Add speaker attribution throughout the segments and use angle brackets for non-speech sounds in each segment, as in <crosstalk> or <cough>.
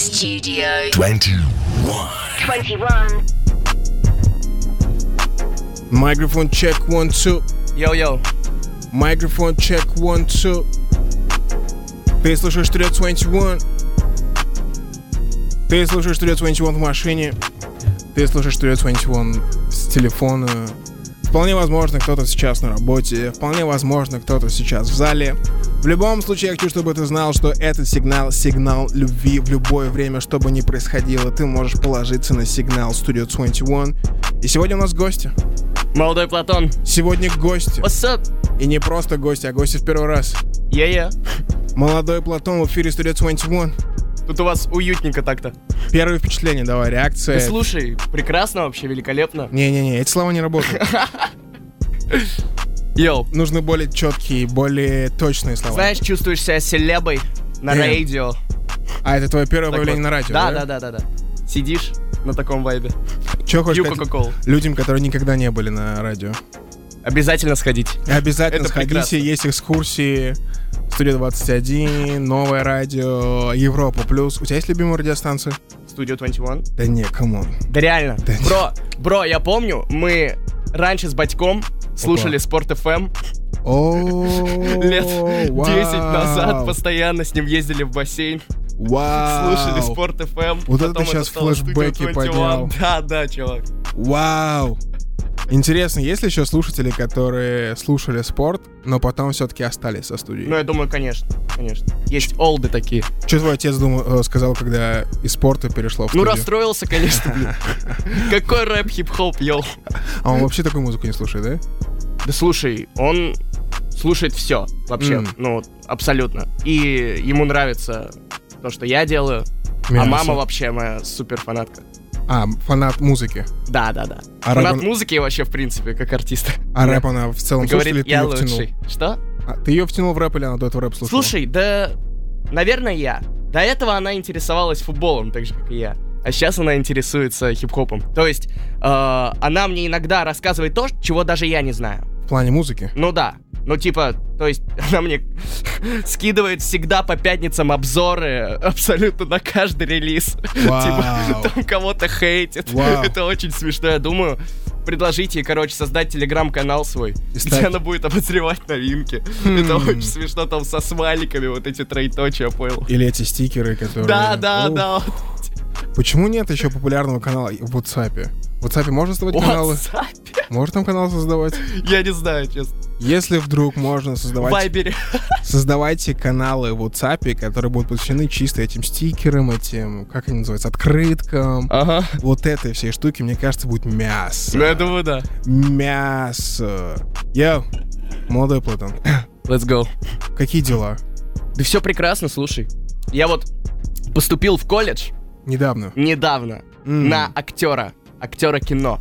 Speaker 1: Studio
Speaker 2: 21.
Speaker 1: 21.
Speaker 3: Microphone check one two.
Speaker 4: Yo, yo,
Speaker 3: Microphone check one two. Ты слушаешь 321. Ты слушаешь 321 в машине. Ты слушаешь 321 с телефона. Вполне возможно, кто-то сейчас на работе. Вполне возможно, кто-то сейчас в зале. В любом случае, я хочу, чтобы ты знал, что этот сигнал — сигнал любви в любое время, что бы ни происходило. Ты можешь положиться на сигнал Studio 21. И сегодня у нас гости.
Speaker 4: молодой Платон.
Speaker 3: Сегодня гости.
Speaker 4: What's up?
Speaker 3: И не просто гости, а гости в первый раз.
Speaker 4: Yeah, yeah.
Speaker 3: Молодой Платон в эфире Studio 21.
Speaker 4: Тут у вас уютненько так-то.
Speaker 3: Первое впечатление, давай, реакция.
Speaker 4: Ты слушай, прекрасно вообще, великолепно.
Speaker 3: Не-не-не, эти слова не работают.
Speaker 4: <laughs> Йоу,
Speaker 3: Нужны более четкие, более точные слова.
Speaker 4: знаешь, чувствуешь себя селебой на
Speaker 3: Эм,
Speaker 4: радио.
Speaker 3: а это твое первое
Speaker 4: Так
Speaker 3: появление
Speaker 4: вот.
Speaker 3: на радио,
Speaker 4: Да,
Speaker 3: да?
Speaker 4: да, да, да, да. Сидишь на таком вайбе.
Speaker 3: Чё хочешь
Speaker 4: Пью
Speaker 3: сказать
Speaker 4: Кока-Колу.
Speaker 3: людям, которые никогда не были на радио?
Speaker 4: Обязательно сходить.
Speaker 3: Обязательно
Speaker 4: Это
Speaker 3: сходите,
Speaker 4: прекрасно.
Speaker 3: есть экскурсии. Студия 21, новое радио, Европа плюс. У тебя есть любимая радиостанция?
Speaker 4: Studio 21.
Speaker 3: Да не, камон.
Speaker 4: <laughs> Да реально.
Speaker 3: Да нет.
Speaker 4: Бро, бро, я помню, мы раньше с батьком слушали Спорт ФМ
Speaker 3: О,
Speaker 4: лет 10 назад.
Speaker 3: вау.
Speaker 4: Постоянно с ним ездили в бассейн.
Speaker 3: Вау.
Speaker 4: Слушали эм. Спорт ФМ.
Speaker 3: Вот это ты щас флешбеки поднял.
Speaker 4: Да, да, чувак.
Speaker 3: Вау! Интересно, есть ли еще слушатели, которые слушали спорт, но потом все-таки остались со студией?
Speaker 4: Ну, я думаю, конечно, конечно. Есть олды такие. Ну,
Speaker 3: Что твой отец думал, э, сказал, когда из спорта перешло в
Speaker 4: Ну,
Speaker 3: студию?
Speaker 4: расстроился, конечно, <laughs> блин. Какой рэп, хип-хоп, йоу.
Speaker 3: А он вообще такую музыку не слушает,
Speaker 4: А
Speaker 3: да?
Speaker 4: Да слушай, он слушает все вообще,
Speaker 3: М.
Speaker 4: ну, вот, абсолютно. И ему нравится то, что я делаю, а
Speaker 3: Мясо.
Speaker 4: мама вообще моя супер фанатка.
Speaker 3: А, фанат музыки.
Speaker 4: Да, да, да.
Speaker 3: А рэп
Speaker 4: Фанат
Speaker 3: он-
Speaker 4: музыки вообще, в принципе, как артист.
Speaker 3: А рэп она в целом слушает или
Speaker 4: Говорит,
Speaker 3: ты
Speaker 4: я
Speaker 3: ее втянул?
Speaker 4: лучший. Что?
Speaker 3: А, ты ее втянул в рэп или она до этого рэп слушала?
Speaker 4: Слушай, да, наверное, я. До этого она интересовалась футболом, так же, как и я. А сейчас она интересуется хип-хопом. То есть, э, она мне иногда рассказывает то, чего даже я не знаю.
Speaker 3: В плане музыки?
Speaker 4: Ну да. Ну, типа, то есть, <laughs> она мне скидывает всегда по пятницам обзоры абсолютно на каждый релиз. <laughs>
Speaker 3: Вау.
Speaker 4: Типа, там кого-то хейтит.
Speaker 3: Вау.
Speaker 4: Это очень смешно, я думаю. Предложите ей, короче, создать телеграм-канал свой,
Speaker 3: Кстати.
Speaker 4: где она будет обозревать новинки.
Speaker 3: Хм.
Speaker 4: Это очень смешно, там со смайликами вот эти троеточия, понял.
Speaker 3: Или эти стикеры, которые...
Speaker 4: Да, да,
Speaker 3: Ух.
Speaker 4: да.
Speaker 3: Почему нет еще популярного канала в WhatsApp? В WhatsApp можно создавать каналы?
Speaker 4: WhatsApp?
Speaker 3: Можно там канал создавать?
Speaker 4: Я не знаю, честно.
Speaker 3: Если вдруг можно
Speaker 4: В
Speaker 3: создавать
Speaker 4: Вайбере.
Speaker 3: создавайте каналы в WhatsApp, которые будут посвящены чисто этим стикерам, этим, как они называются, открыткам.
Speaker 4: Ага.
Speaker 3: Вот этой всей штуки, мне кажется, будет мясо.
Speaker 4: Ну, я думаю, да.
Speaker 3: Мясо. Я, молодой Платон,
Speaker 4: Let's go.
Speaker 3: какие дела?
Speaker 4: Да все прекрасно, слушай. Я вот поступил в колледж
Speaker 3: Недавно.
Speaker 4: недавно
Speaker 3: М.
Speaker 4: на актера, актера кино.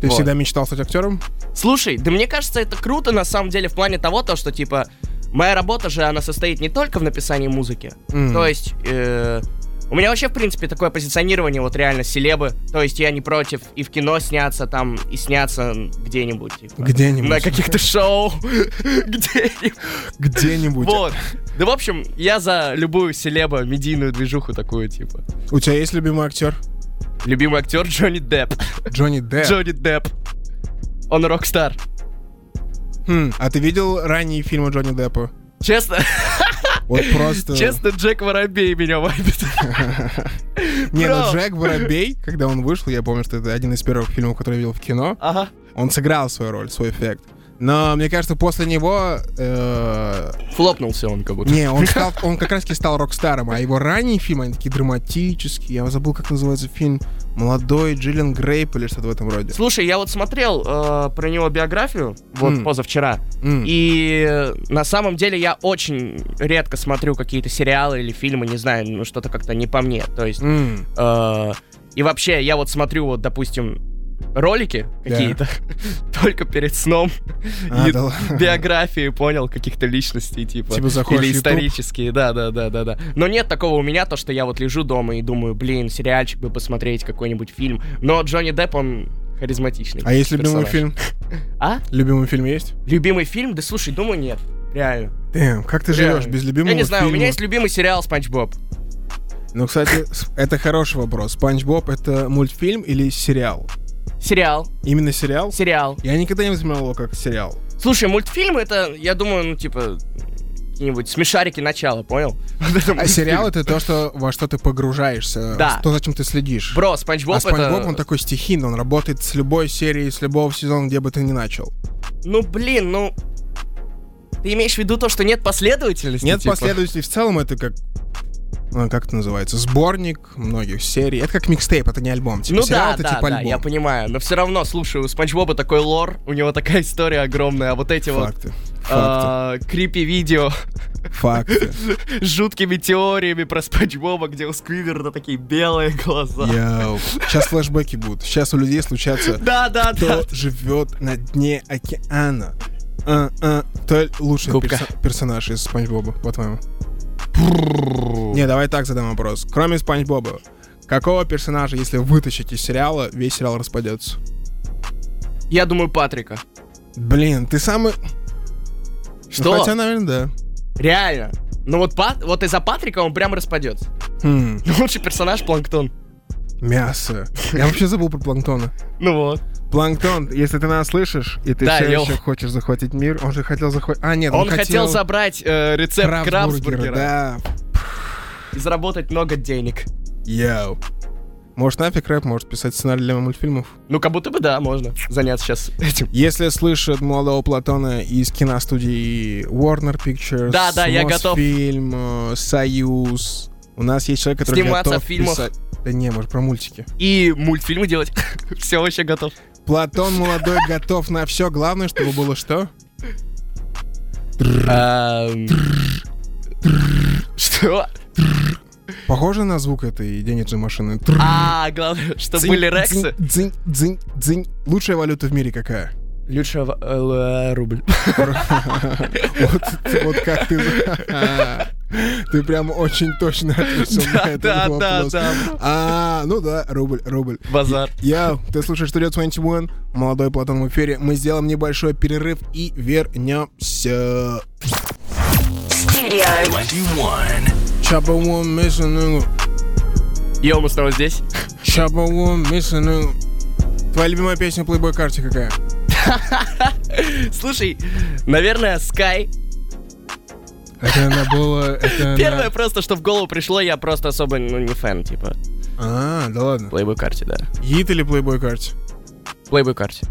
Speaker 3: Ты
Speaker 4: вот.
Speaker 3: всегда мечтал стать актером?
Speaker 4: Слушай, да мне кажется, это круто на самом деле в плане того, то, что типа моя работа же, она состоит не только в написании музыки.
Speaker 3: М.
Speaker 4: То есть э, у меня вообще, в принципе, такое позиционирование вот реально селебы. То есть я не против и в кино сняться там, и сняться где-нибудь. типа.
Speaker 3: Где-нибудь.
Speaker 4: На каких-то шоу. <laughs> Где-нибудь.
Speaker 3: Где-нибудь.
Speaker 4: Вот. Да, в общем, я за любую селеба, медийную движуху такую, типа.
Speaker 3: У тебя есть любимый актер?
Speaker 4: Любимый актер Джонни Депп.
Speaker 3: Джонни Депп.
Speaker 4: Джонни Депп. Он рок-стар.
Speaker 3: Хм, А ты видел ранние фильмы Джонни Деппа?
Speaker 4: Честно,
Speaker 3: Вот
Speaker 4: <laughs>
Speaker 3: просто...
Speaker 4: честно, Джек Воробей меня вайбит. <laughs>
Speaker 3: Не, ну
Speaker 4: бро.
Speaker 3: Джек Воробей, когда он вышел, я помню, что это один из первых фильмов, который я видел в кино.
Speaker 4: Ага.
Speaker 3: Он сыграл свою роль, свой эффект. Но мне кажется, после него... э,
Speaker 4: Флопнулся он как будто.
Speaker 3: не,
Speaker 4: <laughs>
Speaker 3: он, стал, он как раз-таки стал рок-старом, а его ранние фильмы, они такие драматические. Я забыл, как называется фильм «Молодой Джиллен Грейп» или что-то в этом роде.
Speaker 4: Слушай, я вот смотрел э, про него биографию вот
Speaker 3: М.
Speaker 4: позавчера,
Speaker 3: М.
Speaker 4: и э, на самом деле я очень редко смотрю какие-то сериалы или фильмы, не знаю, ну что-то как-то не по мне. То есть
Speaker 3: М.
Speaker 4: Э, И вообще, я вот смотрю, вот, допустим, ролики
Speaker 3: Да.
Speaker 4: какие-то, <laughs> только перед сном.
Speaker 3: А,
Speaker 4: И
Speaker 3: да ладно.
Speaker 4: биографии, понял, каких-то личностей, типа.
Speaker 3: Типа заходишь в
Speaker 4: Или
Speaker 3: YouTube.
Speaker 4: исторические, да-да-да-да-да. Но нет такого у меня, то, что я вот лежу дома и думаю, блин, сериальчик бы посмотреть, какой-нибудь фильм. Но Джонни Депп, он харизматичный.
Speaker 3: А есть любимый
Speaker 4: персонаж.
Speaker 3: фильм?
Speaker 4: А?
Speaker 3: Любимый фильм есть?
Speaker 4: Любимый фильм? Да слушай, думаю, нет. Реально.
Speaker 3: Дэм, как ты
Speaker 4: Реально.
Speaker 3: живешь без любимого
Speaker 4: Я не знаю, у
Speaker 3: фильма?
Speaker 4: меня есть любимый сериал «Спанч Боб».
Speaker 3: Ну, кстати, с- это хороший вопрос. Спанч Боб это мультфильм или сериал?
Speaker 4: Сериал.
Speaker 3: Именно сериал?
Speaker 4: Сериал.
Speaker 3: Я никогда не воспринимал его как сериал.
Speaker 4: Слушай, мультфильм это, я думаю, ну, типа, какие-нибудь смешарики начала, понял? Вот это
Speaker 3: А
Speaker 4: мультфильм.
Speaker 3: сериал это то, что, во что ты погружаешься,
Speaker 4: Да.
Speaker 3: то, зачем ты следишь.
Speaker 4: Бро, Спанч Боб
Speaker 3: а Спанч
Speaker 4: это...
Speaker 3: Боб, он такой стихийный, он работает с любой серии, с любого сезона, где бы ты ни начал.
Speaker 4: Ну, блин, ну... Ты имеешь в виду то, что нет последовательности?
Speaker 3: Нет
Speaker 4: типа?
Speaker 3: последователей, в целом это как... ну, как это называется? Сборник многих серий. Это как микстейп, это не альбом. Типа,
Speaker 4: ну
Speaker 3: сериал
Speaker 4: да,
Speaker 3: это
Speaker 4: да,
Speaker 3: типа
Speaker 4: да,
Speaker 3: альбом.
Speaker 4: я понимаю. Но все равно, слушай, у Спанч Боба такой лор, у него такая история огромная, а вот а, эти
Speaker 3: Факты. Факты.
Speaker 4: вот крипи-видео
Speaker 3: Факты.
Speaker 4: <laughs> с жуткими теориями про Спанч Боба, где у Сквидерда такие белые глаза.
Speaker 3: Сейчас флешбеки будут. Сейчас у людей
Speaker 4: <laughs>
Speaker 3: случатся
Speaker 4: Да, да, да.
Speaker 3: кто живет на дне океана. А, а, Кто лучший
Speaker 4: Губка.
Speaker 3: персо- персонаж из Спанч Боба, по-твоему? Не, давай так задам вопрос. Кроме Спанч Боба, какого персонажа, если вытащить из сериала, весь сериал распадется?
Speaker 4: Я думаю, Патрика.
Speaker 3: Блин, ты самый... Ну,
Speaker 4: Что?
Speaker 3: хотя, наверное,
Speaker 4: Реально. Ну вот, Пат- вот из-за Патрика он прям распадется.
Speaker 3: да. Хм,
Speaker 4: <laughs> Ну, Лучший персонаж Планктон.
Speaker 3: мясо. Я вообще забыл про Планктона.
Speaker 4: Ну вот.
Speaker 3: Планктон, если ты нас слышишь, и ты
Speaker 4: Да,
Speaker 3: все
Speaker 4: Лёх.
Speaker 3: еще хочешь захватить мир, он же хотел захватить... А, нет, он,
Speaker 4: Он хотел забрать э, рецепт
Speaker 3: крабсбургера.
Speaker 4: крабсбургера
Speaker 3: Да,
Speaker 4: и заработать много денег.
Speaker 3: Йоу. Может, нафиг рэп, может писать сценарий для мультфильмов.
Speaker 4: Ну, как будто бы да, можно заняться сейчас этим.
Speaker 3: Если слышат молодого Платона из киностудии Warner Pictures,
Speaker 4: Да-да, я готов.
Speaker 3: Фильм, Союз. У нас есть человек, который
Speaker 4: Сниматься
Speaker 3: готов
Speaker 4: в фильмах.
Speaker 3: писать- Да не, может, про мультики.
Speaker 4: И мультфильмы делать. <laughs> Все вообще готов.
Speaker 3: Платон молодой <laughs> готов на все. Главное, чтобы было что?
Speaker 4: Эм. Что?
Speaker 3: Похоже на звук этой денежной машины. Трррр.
Speaker 4: А, главное, что
Speaker 3: Дзынь,
Speaker 4: были рексы.
Speaker 3: Дзынь, дзынь, дзынь, дзынь. Лучшая валюта в мире какая?
Speaker 4: Лучше в- э, рубль. <laughs>
Speaker 3: Вот вот как ты... Ты прям очень точно ответил на
Speaker 4: Да,
Speaker 3: этот
Speaker 4: да, да,
Speaker 3: вопрос.
Speaker 4: да.
Speaker 3: А, ну да, рубль, рубль.
Speaker 4: Базар.
Speaker 3: Я, ты слушаешь Studio 21, молодой Платон в эфире. Мы сделаем небольшой перерыв и вернемся.
Speaker 1: Studio.
Speaker 2: 21.
Speaker 3: Chopper one missing nigga.
Speaker 4: Йо, мы снова здесь.
Speaker 3: Chopper one missing nigga. Твоя любимая песня в Playboy карте какая?
Speaker 4: Слушай, наверное, Sky.
Speaker 3: Это она была... Это она-
Speaker 4: Первое просто, что в голову пришло, я просто особо ну, не фэн, типа,
Speaker 3: А, да ладно.
Speaker 4: Playboy карте, да.
Speaker 3: Хит или Playboy карте?
Speaker 4: Playboy карте.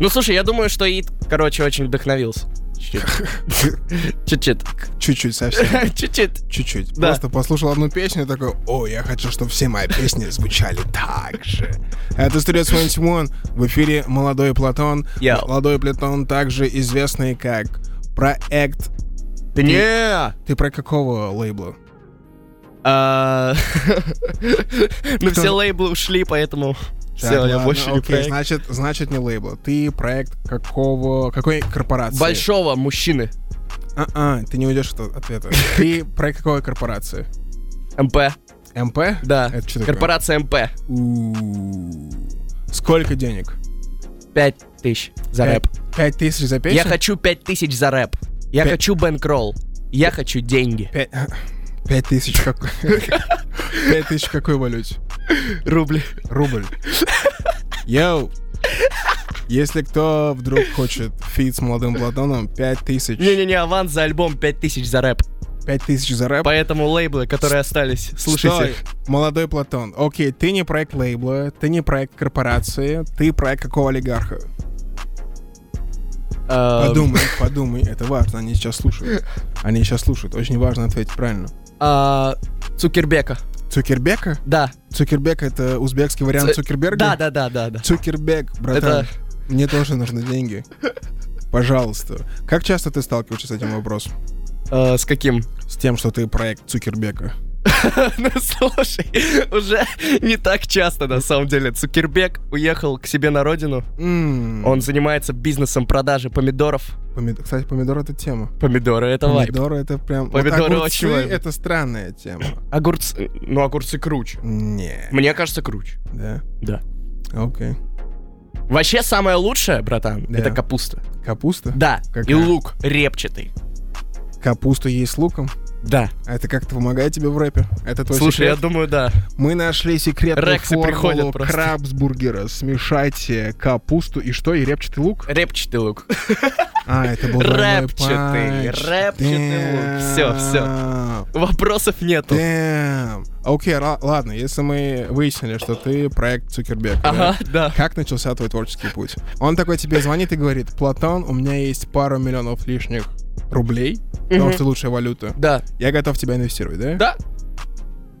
Speaker 4: Ну, слушай, я думаю, что Ид, короче, очень вдохновился.
Speaker 3: <laughs>
Speaker 4: Чуть-чуть.
Speaker 3: Чуть-чуть совсем.
Speaker 4: Чуть-чуть.
Speaker 3: <laughs> Чуть-чуть.
Speaker 4: Да.
Speaker 3: Просто послушал одну песню и такой, о, я хочу, чтобы все мои песни звучали так же. Это Studio 21, в эфире «Молодой Платон».
Speaker 4: Йоу.
Speaker 3: «Молодой Платон» также известный как проект...
Speaker 4: Да не!
Speaker 3: Ты про какого лейбла?
Speaker 4: А, <laughs> Ну, все
Speaker 3: Кто?
Speaker 4: лейблы ушли, поэтому...
Speaker 3: Так,
Speaker 4: Все, я
Speaker 3: ладно,
Speaker 4: больше не
Speaker 3: окей,
Speaker 4: проект.
Speaker 3: значит, значит, не лейбла. Ты проект какого... Какой корпорации?
Speaker 4: Большого мужчины.
Speaker 3: А-а, ты не уйдешь от ответа. Ты проект какой корпорации?
Speaker 4: МП.
Speaker 3: МП?
Speaker 4: Да.
Speaker 3: Это что такое?
Speaker 4: Корпорация МП.
Speaker 3: У-у-у. Сколько денег?
Speaker 4: Пять тысяч за рэп.
Speaker 3: Пять- Пять тысяч за песню?
Speaker 4: Я хочу пять тысяч за рэп. Я
Speaker 3: Пя-
Speaker 4: хочу бэнкролл. Я хочу деньги.
Speaker 3: Пять <laughs> пять тысяч какой? <laughs> Пять тысяч в какой валюте?
Speaker 4: Рубли.
Speaker 3: Рубль. Йоу! Если кто вдруг хочет фит с молодым Платоном, пять тысяч.
Speaker 4: Не-не-не, аванс за альбом пять тысяч за рэп.
Speaker 3: Пять тысяч за рэп.
Speaker 4: Поэтому лейблы, которые остались, слушайте.
Speaker 3: Стой, молодой Платон. Окей, ты не проект лейбла, ты не проект корпорации, ты проект какого олигарха?
Speaker 4: Эм,
Speaker 3: Подумай, подумай, это важно, они сейчас слушают. Они сейчас слушают, очень важно ответить правильно.
Speaker 4: а, Цукербека.
Speaker 3: Цукербека?
Speaker 4: Да.
Speaker 3: Цукербек это узбекский вариант
Speaker 4: Ц-
Speaker 3: Цукерберга?
Speaker 4: Да, да, да, да, да.
Speaker 3: Цукербек, братан,
Speaker 4: Это-
Speaker 3: мне тоже нужны деньги. Пожалуйста. Как часто ты сталкиваешься с этим вопросом?
Speaker 4: Э, с каким?
Speaker 3: С тем, что ты проект Цукербека.
Speaker 4: <laughs> Ну слушай, уже не так часто на самом деле. Цукербек уехал к себе на родину.
Speaker 3: М,
Speaker 4: Он занимается бизнесом продажи помидоров.
Speaker 3: помид- Кстати, помидор это тема.
Speaker 4: Помидоры это вайп.
Speaker 3: Помидоры это прям... вот
Speaker 4: Помидоры
Speaker 3: огурцы
Speaker 4: очень вайб.
Speaker 3: это странная тема.
Speaker 4: Огурцы. Ну, огурцы круче.
Speaker 3: Не.
Speaker 4: Мне кажется, круче.
Speaker 3: Да?
Speaker 4: Да.
Speaker 3: Окей.
Speaker 4: Вообще самое лучшее, братан,
Speaker 3: Да.
Speaker 4: это капуста.
Speaker 3: Капуста?
Speaker 4: Да.
Speaker 3: Какая?
Speaker 4: И лук репчатый.
Speaker 3: Капуста есть с луком? А
Speaker 4: Да.
Speaker 3: Это как-то помогает тебе в рэпе? Это твой
Speaker 4: Слушай, я
Speaker 3: секрет?
Speaker 4: думаю, <laughs> да.
Speaker 3: Мы нашли секретную
Speaker 4: Рексы
Speaker 3: формулу
Speaker 4: приходят просто.
Speaker 3: крабсбургера. Смешайте капусту и что? И репчатый лук?
Speaker 4: Репчатый лук.
Speaker 3: А, это был двойной
Speaker 4: Рэпчатый,
Speaker 3: патч.
Speaker 4: рэпчатый лук. Всё, всё.
Speaker 3: Damn.
Speaker 4: Вопросов нету.
Speaker 3: Damn. Окей, ла- ладно, если мы выяснили, что ты проект Цукерберг,
Speaker 4: Ага, да.
Speaker 3: как начался твой творческий путь? Он такой тебе звонит и говорит, Платон, у меня есть пару миллионов лишних рублей, потому
Speaker 4: Мгм.
Speaker 3: что лучшая валюта.
Speaker 4: Да.
Speaker 3: Я готов тебя инвестировать, да?
Speaker 4: Да,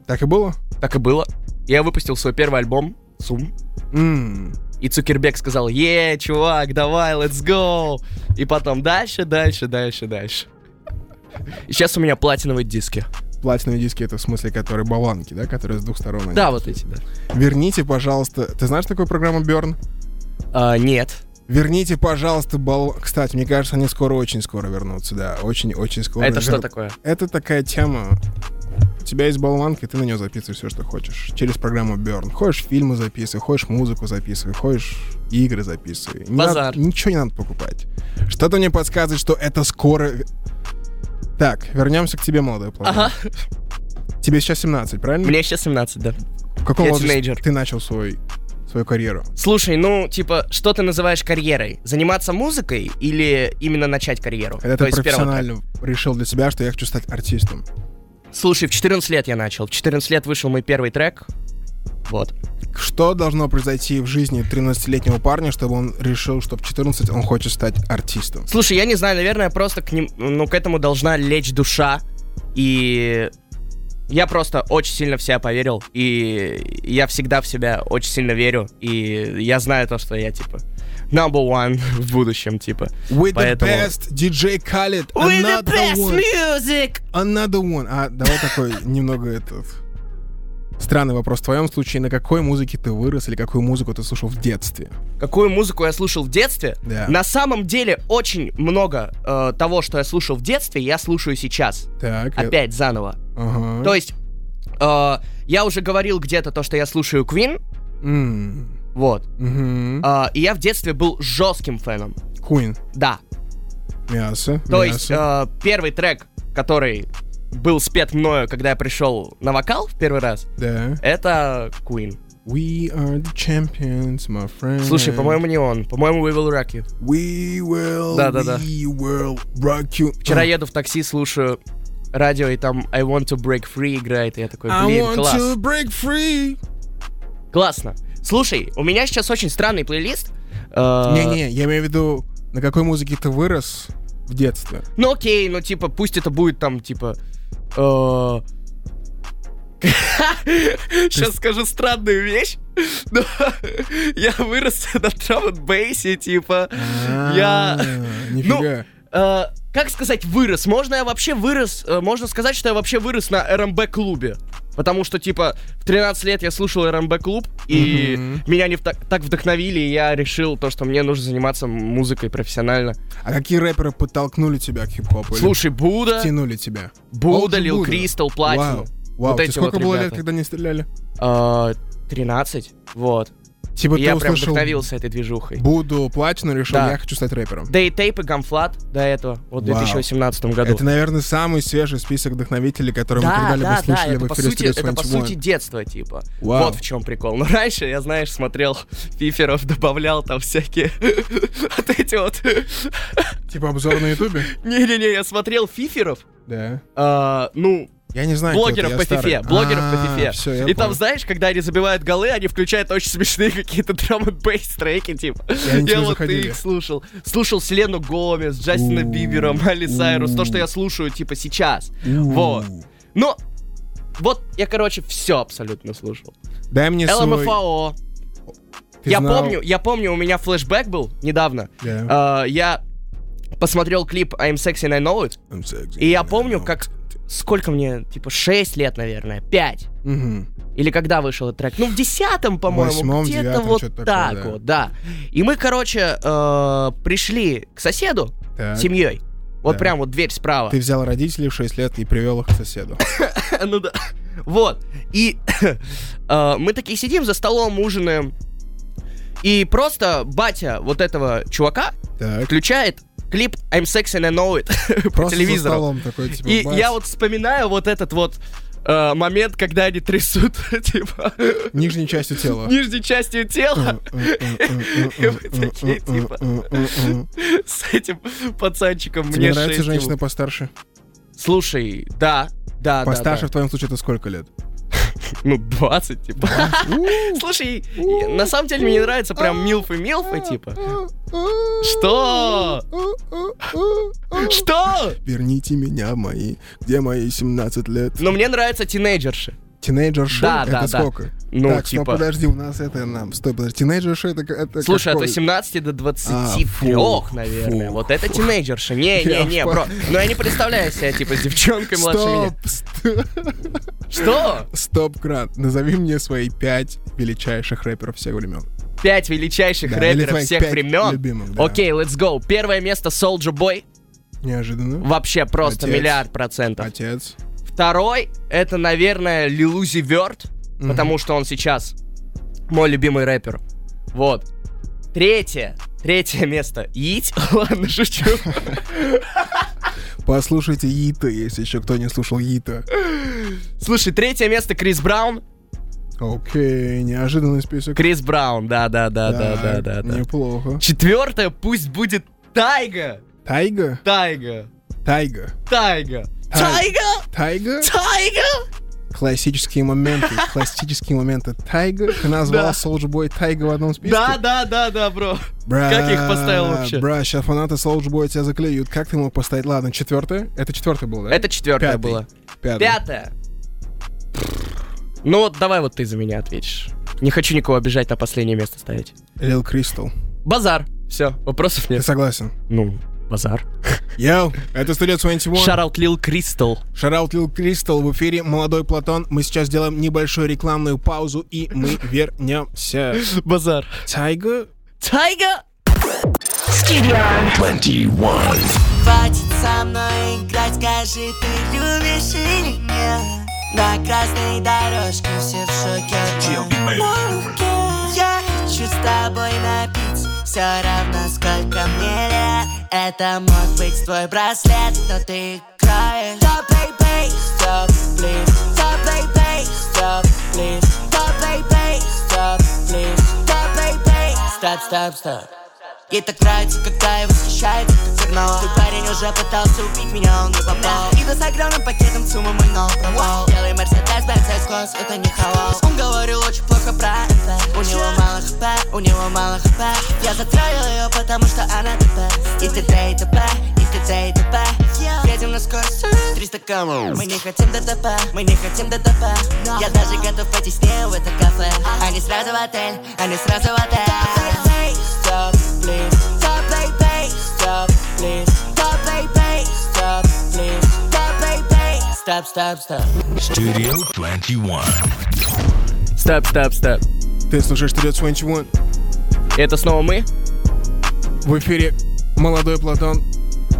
Speaker 3: Так и было?
Speaker 4: так и было. Я выпустил свой первый альбом Сум.
Speaker 3: М.
Speaker 4: И Цукербек сказал, е, чувак, давай, let's go. И потом дальше, дальше, дальше, дальше. И сейчас у меня платиновые диски.
Speaker 3: Платиновые диски это в смысле, которые болванки, да, которые с двух сторон. они.
Speaker 4: Да, вот эти, да.
Speaker 3: Верните, пожалуйста. Ты знаешь такую программу Берн?
Speaker 4: А, нет.
Speaker 3: Верните, пожалуйста, бал. Кстати, мне кажется, они скоро, очень скоро вернутся, да, очень, очень скоро.
Speaker 4: это что
Speaker 3: вер-
Speaker 4: такое?
Speaker 3: Это такая тема. У тебя есть болванка, и ты на нее записываешь все, что хочешь. Через программу Burn. Хочешь фильмы записывай, хочешь музыку записывай, хочешь игры записывай. Не надо-
Speaker 4: Базар.
Speaker 3: ничего не надо покупать. Что-то мне подсказывает, что это скоро... ве- Так, вернемся к тебе, молодой план.
Speaker 4: Ага.
Speaker 3: Тебе сейчас 17, правильно?
Speaker 4: Мне сейчас 17, да.
Speaker 3: В каком
Speaker 4: я
Speaker 3: возрасте
Speaker 4: тинейджер.
Speaker 3: ты начал свой, свою карьеру?
Speaker 4: Слушай, ну, типа, что ты называешь карьерой? Заниматься музыкой или именно начать карьеру?
Speaker 3: Когда
Speaker 4: То
Speaker 3: ты
Speaker 4: есть с первого
Speaker 3: профессионально решил для себя, что я хочу стать артистом.
Speaker 4: трека. Слушай, в 14 лет я начал. В 14 лет вышел мой первый трек. Вот.
Speaker 3: Что должно произойти в жизни 13-летнего парня, чтобы он решил, что в 14 он хочет стать артистом?
Speaker 4: Слушай, я не знаю, наверное, просто к ним, ну, к этому должна лечь душа. И я просто очень сильно в себя поверил. И я всегда в себя очень сильно верю. И я знаю то, что я, типа, number one <laughs> в будущем, типа.
Speaker 3: With
Speaker 4: Поэтому-
Speaker 3: the best, DJ Khaled,
Speaker 4: With the
Speaker 3: another
Speaker 4: best
Speaker 3: one,
Speaker 4: music!
Speaker 3: another one. А давай такой немного этот... Странный вопрос. В твоем случае, на какой музыке ты вырос или какую музыку ты слушал в детстве?
Speaker 4: Какую музыку я слушал в детстве?
Speaker 3: Да.
Speaker 4: На самом деле, очень много э, того, что я слушал в детстве, я слушаю сейчас.
Speaker 3: Так. э,
Speaker 4: Опять заново.
Speaker 3: Ага.
Speaker 4: То есть, э, я уже говорил где-то то, что я слушаю Queen.
Speaker 3: М,
Speaker 4: Вот.
Speaker 3: мгм.
Speaker 4: А, и я в детстве был жестким фэном.
Speaker 3: Queen.
Speaker 4: Да.
Speaker 3: Мясо.
Speaker 4: а, То
Speaker 3: мясо.
Speaker 4: есть а, первый трек, который был спет мною, когда я пришел на вокал в первый раз,
Speaker 3: Да.
Speaker 4: это Queen.
Speaker 3: We are the champions, my friend.
Speaker 4: Слушай, по-моему, не он. По-моему, We Will Rock You.
Speaker 3: We will,
Speaker 4: Да-да-да.
Speaker 3: we will rock you.
Speaker 4: Вчера еду в такси, слушаю радио, и там I Want to Break Free играет, и я такой,
Speaker 3: I
Speaker 4: блин,
Speaker 3: А want
Speaker 4: класс.
Speaker 3: to break free.
Speaker 4: Классно. Слушай, у меня сейчас очень странный плейлист. Э,
Speaker 3: Не-не, я имею в виду, на какой музыке ты вырос в детстве.
Speaker 4: Ну окей, ну типа, пусть это будет там, типа... э, <laughs> Сейчас скажу странную вещь, <laughs> но я вырос <laughs> на Drum бейсе, типа... Я-
Speaker 3: А, Нифига.
Speaker 4: э, Как сказать вырос? Можно я вообще вырос... э, Можно сказать, что я вообще вырос на РМБ-клубе. Потому что, типа, в 13 лет я слушал РМБ-клуб, и
Speaker 3: Мгм.
Speaker 4: меня не вта- так вдохновили, и я решил то, что мне нужно заниматься музыкой профессионально.
Speaker 3: А какие рэперы подтолкнули тебя к хип-хопу? или
Speaker 4: Слушай, Буда,
Speaker 3: Тянули тебя.
Speaker 4: Буда,
Speaker 3: Олджи
Speaker 4: Лил
Speaker 3: Буда.
Speaker 4: Кристал, Платину.
Speaker 3: Вау. Вау,
Speaker 4: Вот
Speaker 3: тебе
Speaker 4: эти
Speaker 3: сколько
Speaker 4: вот
Speaker 3: было
Speaker 4: ребята.
Speaker 3: лет, когда не стреляли?
Speaker 4: А, 13, вот.
Speaker 3: Типа
Speaker 4: И
Speaker 3: ты
Speaker 4: я прям
Speaker 3: услышал
Speaker 4: вдохновился этой движухой.
Speaker 3: Буду платину, решил,
Speaker 4: Да.
Speaker 3: я хочу стать рэпером.
Speaker 4: Да и тейп, и гамфлат до этого, вот в
Speaker 3: Вау.
Speaker 4: 2018 году.
Speaker 3: Это, наверное, самый свежий список вдохновителей, которые мы
Speaker 4: да,
Speaker 3: когда-либо
Speaker 4: да, да,
Speaker 3: слышали
Speaker 4: это
Speaker 3: в
Speaker 4: по,
Speaker 3: эфире
Speaker 4: сути,
Speaker 3: Studio
Speaker 4: это по
Speaker 3: 21.
Speaker 4: сути детство, типа.
Speaker 3: Вау.
Speaker 4: Вот в чем прикол. Но раньше, я, знаешь, смотрел <laughs> фиферов, добавлял там всякие <laughs> вот эти вот... <laughs>
Speaker 3: Типа обзор на Ютубе?
Speaker 4: Не-не-не, я смотрел фиферов,
Speaker 3: Да.
Speaker 4: а, ну,
Speaker 3: Я не знаю, кто это,
Speaker 4: блогеров
Speaker 3: я
Speaker 4: по
Speaker 3: старый.
Speaker 4: фифе, блогеров по
Speaker 3: А,
Speaker 4: фифе.
Speaker 3: всё, я
Speaker 4: и там,
Speaker 3: понял.
Speaker 4: знаешь, когда они забивают голы, они включают очень смешные <laughs> какие-то драм бейс треки, типа.
Speaker 3: Я не тебе
Speaker 4: вот
Speaker 3: заходили.
Speaker 4: их слушал. Слушал Селену Гомес, Джастина
Speaker 3: У.
Speaker 4: Бибера, Майли Сайрус, то, что
Speaker 3: У.
Speaker 4: я слушаю, типа, сейчас.
Speaker 3: У.
Speaker 4: Вот. Но вот я, короче, все абсолютно слушал.
Speaker 3: Дай мне свой...
Speaker 4: ЛМФАО.
Speaker 3: Ты
Speaker 4: Я
Speaker 3: знал-
Speaker 4: помню, я помню, у меня флешбэк был недавно.
Speaker 3: Да.
Speaker 4: Э, Я посмотрел клип I'm Sexy and I Know It,
Speaker 3: I'm sexy,
Speaker 4: А, и я
Speaker 3: I
Speaker 4: помню,
Speaker 3: know.
Speaker 4: как... Сколько мне? Типа 6 лет, наверное. 5.
Speaker 3: Мгм.
Speaker 4: Или когда вышел этот трек? Ну, в десятом, по-моему,
Speaker 3: восьмом,
Speaker 4: где-то
Speaker 3: девятом,
Speaker 4: вот
Speaker 3: чё-то такое,
Speaker 4: так
Speaker 3: да.
Speaker 4: вот, да. И мы, короче, э, пришли к соседу,
Speaker 3: Так.
Speaker 4: семьей. Вот
Speaker 3: Да.
Speaker 4: прям вот дверь справа.
Speaker 3: Ты взял родителей в 6 лет и привел их к соседу.
Speaker 4: <laughs> ну да. Вот. И <laughs> э, мы такие сидим за столом, ужинаем. И просто батя вот этого чувака
Speaker 3: Так.
Speaker 4: включает клип I'm sexy and I know it <laughs> по
Speaker 2: Просто за
Speaker 4: телевизору.
Speaker 2: столом такой, типа,
Speaker 4: И
Speaker 2: бац.
Speaker 4: я вот вспоминаю вот этот вот э, момент, когда они трясут, <laughs> типа,
Speaker 3: Нижней частью тела. <laughs>
Speaker 4: нижней частью тела
Speaker 3: Э,
Speaker 4: <laughs> И вы такие, типа, <laughs> с этим пацанчиком.
Speaker 3: Тебе
Speaker 4: Мне
Speaker 3: нравятся
Speaker 4: шесть ему.
Speaker 3: женщины постарше?
Speaker 4: Слушай, да, да, да,
Speaker 3: Постарше
Speaker 4: да.
Speaker 3: в твоем случае это сколько лет?
Speaker 4: Ну, 20, типа. <laughs> Слушай, я- на самом деле мне нравится прям милфы милфы, типа. А. Что? <laughs> Что?
Speaker 3: Верните меня, мои. Где мои 17 лет?
Speaker 4: Но мне нравятся тинейджерши.
Speaker 3: Тинейджерши?
Speaker 4: Да,
Speaker 3: это
Speaker 4: да, да.
Speaker 3: сколько?
Speaker 4: Ну,
Speaker 3: так,
Speaker 4: типа-
Speaker 3: стоп, подожди, у нас это нам. Стой, подожди. Тинейджерши это, к- это
Speaker 4: Слушай, а
Speaker 3: как
Speaker 4: от
Speaker 3: школа.
Speaker 4: 18 до 23,
Speaker 3: А, фу,
Speaker 4: наверное.
Speaker 3: фу,
Speaker 4: вот это тинейджерши.
Speaker 3: Я
Speaker 4: Не-не-не,
Speaker 3: в
Speaker 4: бро. Но я не представляю себя, типа, с девчонкой младше меня.
Speaker 3: Стоп, ст-
Speaker 4: Что?
Speaker 3: стоп, кран. Назови мне свои пять величайших рэперов всех времен.
Speaker 4: Пять величайших
Speaker 3: Да, или
Speaker 4: рэперов
Speaker 3: твоих
Speaker 4: всех
Speaker 3: пять
Speaker 4: времен.
Speaker 3: любимых, да.
Speaker 4: Окей, let's go. Первое место Soulja Boy.
Speaker 3: Неожиданно.
Speaker 4: Вообще просто
Speaker 3: Отец.
Speaker 4: миллиард процентов.
Speaker 3: Отец.
Speaker 4: Второй это, наверное, Лилузи Верт,
Speaker 3: Мгм.
Speaker 4: потому что он сейчас мой любимый рэпер. Вот. Третье. Третье место. Ить. Ладно, шучу.
Speaker 3: Послушайте Ита, если еще кто не слушал Ита.
Speaker 4: Слушай, третье место Крис Браун.
Speaker 3: Окей, неожиданный список.
Speaker 4: Крис Браун, да, да, да, да, да, да. да.
Speaker 3: Неплохо.
Speaker 4: Четвертое пусть будет Тайга.
Speaker 3: Тайга?
Speaker 4: Тайга.
Speaker 3: Тайга.
Speaker 4: Тайга.
Speaker 3: Тай-
Speaker 4: Тайга.
Speaker 3: Тайга?
Speaker 4: Тайга.
Speaker 3: Классические моменты, классические моменты. Тайга? Ты назвал
Speaker 4: Да.
Speaker 3: Soulja Boy Тайга в одном списке?
Speaker 4: Да, да, да, да, бро.
Speaker 3: Бра,
Speaker 4: Как их поставил вообще?
Speaker 3: Бра, сейчас фанаты Soulja Boy тебя заклеют. Как ты мог поставить? Ладно, четвертое? Это четвертое было, да?
Speaker 4: Это четвертое
Speaker 3: Пятый.
Speaker 4: было.
Speaker 3: пятое.
Speaker 4: Пятое. Ну вот давай вот ты за меня ответишь. Не хочу никого обижать на последнее место ставить.
Speaker 3: Лил Кристал.
Speaker 4: Базар. Все, вопросов
Speaker 3: Ты
Speaker 4: нет.
Speaker 3: согласен?
Speaker 4: Ну, базар.
Speaker 3: Йоу, это студия 21.
Speaker 4: Шараут Лил Кристал.
Speaker 3: Шараут Лил Кристал в эфире «Молодой Платон». Мы сейчас делаем небольшую рекламную паузу, и
Speaker 4: <laughs>
Speaker 3: мы вернемся.
Speaker 4: Базар.
Speaker 3: Тайга?
Speaker 4: Тайга!
Speaker 5: Хватит со мной играть, скажи, ты любишь или нет На красной дорожке все в шоке от моей муки. Я хочу с тобой напиться, все равно сколько мне лет Это мог быть твой браслет, но ты краешь Stop, baby, stop, please Stop, baby, stop, please Stop, baby, stop, please Stop, baby, stop, stop, stop Ей так нравится, когда я восхищаюсь, как сигнал Твой парень уже пытался убить меня, он не попал И с огромным пакетом суммы мой нол провал Белый Мерседес, Мерседес, Гос, это не халал Он говорил очень плохо про это У него мало хп, у него мало хп Я затравил ее, потому что она ТП И т.д. и т.п. и т.д. и т.п. Едем на скорость 300 км Мы не хотим ДТП, мы не хотим ДТП Я даже готов пойти с ней в это кафе Они сразу в отель, они сразу в отель stop, please. Stop, baby, stop, please. Stop, baby, stop, please. Stop, baby, stop, stop, stop.
Speaker 6: Studio 21.
Speaker 4: Стоп, стоп, стоп.
Speaker 3: Ты слушаешь студию 21.
Speaker 4: Это снова мы
Speaker 3: В эфире «Молодой Платон»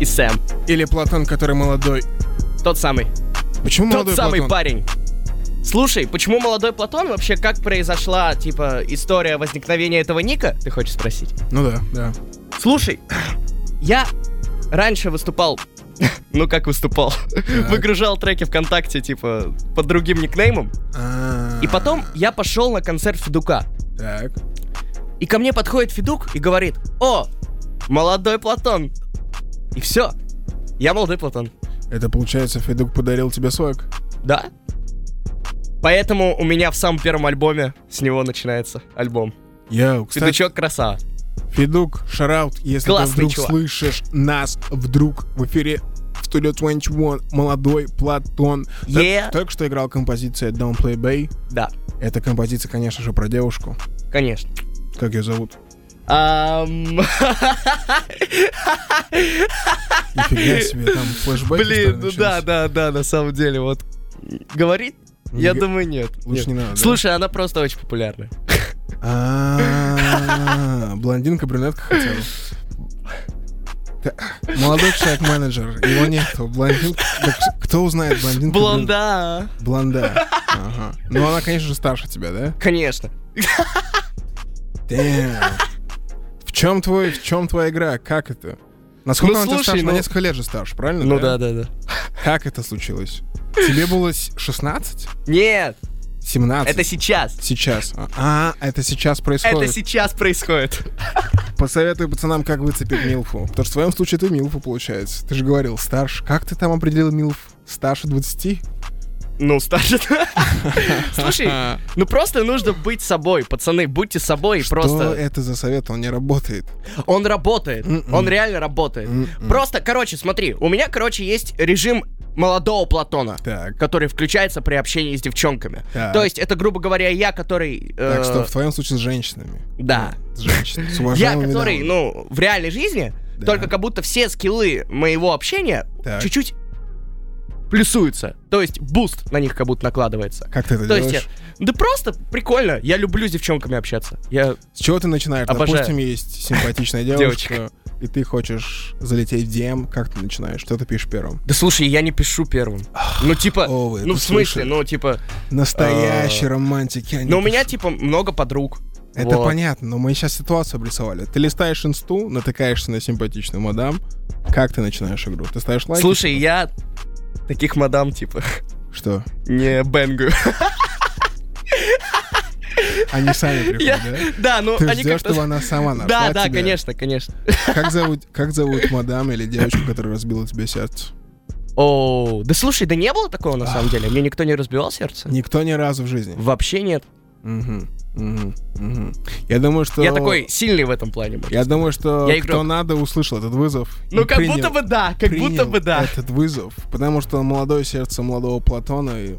Speaker 4: и Сэм.
Speaker 3: или «Платон, который молодой».
Speaker 4: Тот самый.
Speaker 3: Почему
Speaker 4: Тот
Speaker 3: молодой
Speaker 4: самый
Speaker 3: Платон?
Speaker 4: парень. Слушай, почему молодой Платон вообще как произошла, типа, история возникновения этого ника? Ты хочешь спросить?
Speaker 3: Ну да, да.
Speaker 4: Слушай, я раньше выступал, <laughs> ну как выступал, выгружал треки ВКонтакте, типа, под другим никнеймом.
Speaker 3: А,
Speaker 4: И потом я пошел на концерт Федука.
Speaker 3: Так.
Speaker 4: И ко мне подходит Федук и говорит, о, молодой Платон. И все. Я молодой Платон.
Speaker 3: Это получается, Федук подарил тебе свак.
Speaker 4: Да. Поэтому у меня в самом первом альбоме с него начинается альбом.
Speaker 3: Йоу, кстати,
Speaker 4: Федучок красава.
Speaker 3: Федук, шараут, если
Speaker 4: Классный
Speaker 3: ты вдруг
Speaker 4: чувак.
Speaker 3: слышишь нас вдруг в эфире Studio 21, молодой Платон. Так-
Speaker 4: Yeah.
Speaker 3: Только что играл композиция Don't Play Bay.
Speaker 4: Да,
Speaker 3: Эта композиция, конечно же, про девушку.
Speaker 4: конечно.
Speaker 3: Как ее зовут?
Speaker 4: Ам, <laughs> <laughs>
Speaker 3: Нифига себе, там флешбэк.
Speaker 4: Блин, ну да, да, да, на самом деле, вот. Говорит? Я
Speaker 3: г-
Speaker 4: думаю, нет.
Speaker 3: лучше
Speaker 4: Нет.
Speaker 3: не надо, да?
Speaker 4: Слушай, она просто очень популярна.
Speaker 3: А, Блондинка, брюнетка хотела. Та- Молодой человек менеджер, его нету. Блондинка. Так Кто узнает блондинку? брюн-
Speaker 4: Блонда.
Speaker 3: Блонда. Ага. Ну она, конечно же, старше тебя, да?
Speaker 4: <laughs> Конечно.
Speaker 3: Damn. В чем твой, в чем твоя игра? Как это? Насколько
Speaker 2: Ну,
Speaker 3: он тебе
Speaker 2: слушай,
Speaker 3: старше? На
Speaker 2: ну-
Speaker 3: несколько лет же старше, правильно?
Speaker 4: Ну да, да, да.
Speaker 3: Как это случилось? Тебе было с- 16?
Speaker 4: Нет,
Speaker 3: 17?
Speaker 4: это сейчас.
Speaker 3: сейчас. А, это сейчас происходит.
Speaker 4: Это сейчас
Speaker 3: <laughs>
Speaker 4: происходит.
Speaker 3: Посоветуй пацанам, как выцепить Милфу. Потому что в твоем случае ты Милфу, получается. Ты же говорил, старше. Как ты там определил Милф? Старше 20?
Speaker 4: Ну, старше. <laughs> Слушай,
Speaker 3: <laughs>
Speaker 4: ну просто нужно быть собой, пацаны, будьте собой,
Speaker 3: Что
Speaker 4: просто.
Speaker 3: это М-м. за совет? Он не работает.
Speaker 4: Он работает, он реально работает.
Speaker 3: Мгм.
Speaker 4: Просто, короче, смотри, у меня, короче, есть режим молодого Платона.
Speaker 3: Так.
Speaker 4: который включается при общении с девчонками.
Speaker 3: Так.
Speaker 4: То есть это, грубо говоря, я, который... э,
Speaker 3: Так что в твоем случае с женщинами.
Speaker 4: Да.
Speaker 3: С женщинами. С
Speaker 4: Я,
Speaker 3: уважаемыми
Speaker 4: который,
Speaker 3: дамами.
Speaker 4: ну, в реальной жизни,
Speaker 3: Да.
Speaker 4: только как будто все скиллы моего общения
Speaker 3: Так.
Speaker 4: чуть-чуть плюсуются. То есть буст на них как будто накладывается.
Speaker 3: Как ты это
Speaker 4: То
Speaker 3: делаешь?
Speaker 4: есть, я- да просто прикольно. Я люблю с девчонками общаться. Я,
Speaker 3: С чего ты начинаешь?
Speaker 4: Обожаю.
Speaker 3: Допустим,
Speaker 4: <laughs>
Speaker 3: есть симпатичная девушка, и ты хочешь залететь в DM, как ты начинаешь? Что ты пишешь первым?
Speaker 4: да слушай, я не пишу первым. Ну типа,
Speaker 3: О, вы это
Speaker 4: ну в смысле,
Speaker 3: слышали.
Speaker 4: ну типа,
Speaker 3: Настоящие романтики. они
Speaker 4: ну у меня
Speaker 3: пишут.
Speaker 4: типа много подруг.
Speaker 3: Это
Speaker 4: Вот.
Speaker 3: понятно, но мы сейчас ситуацию обрисовали. Ты листаешь инсту, натыкаешься на симпатичную мадам. Как ты начинаешь игру? Ты ставишь лайк?
Speaker 4: Слушай, я таких мадам типа <laughs>
Speaker 3: Что?
Speaker 4: не бенгаю.
Speaker 3: Они сами
Speaker 4: Я-
Speaker 3: приходят, да?
Speaker 4: Да, ну
Speaker 3: Ты
Speaker 4: они
Speaker 3: ждешь,
Speaker 4: как-то...
Speaker 3: чтобы она сама нашла
Speaker 4: Да, да,
Speaker 3: тебя.
Speaker 4: конечно, конечно.
Speaker 3: <laughs> Как зовут, как зовут мадам или девочку, которая разбила тебе сердце?
Speaker 4: Оу, да слушай, да не было такого на самом деле. Мне никто не разбивал сердце.
Speaker 3: Никто ни разу в жизни.
Speaker 4: Вообще нет.
Speaker 3: Мгм, мгм, мгм. Я думаю, что...
Speaker 4: Я такой сильный в этом плане. может.
Speaker 3: Я думаю, что
Speaker 4: Я игрок.
Speaker 3: кто надо, услышал этот вызов.
Speaker 4: Ну
Speaker 3: и
Speaker 4: как
Speaker 3: принял-
Speaker 4: будто бы да, как будто
Speaker 3: принял Э.
Speaker 4: бы да.
Speaker 3: этот вызов, потому что молодое сердце молодого Платона и...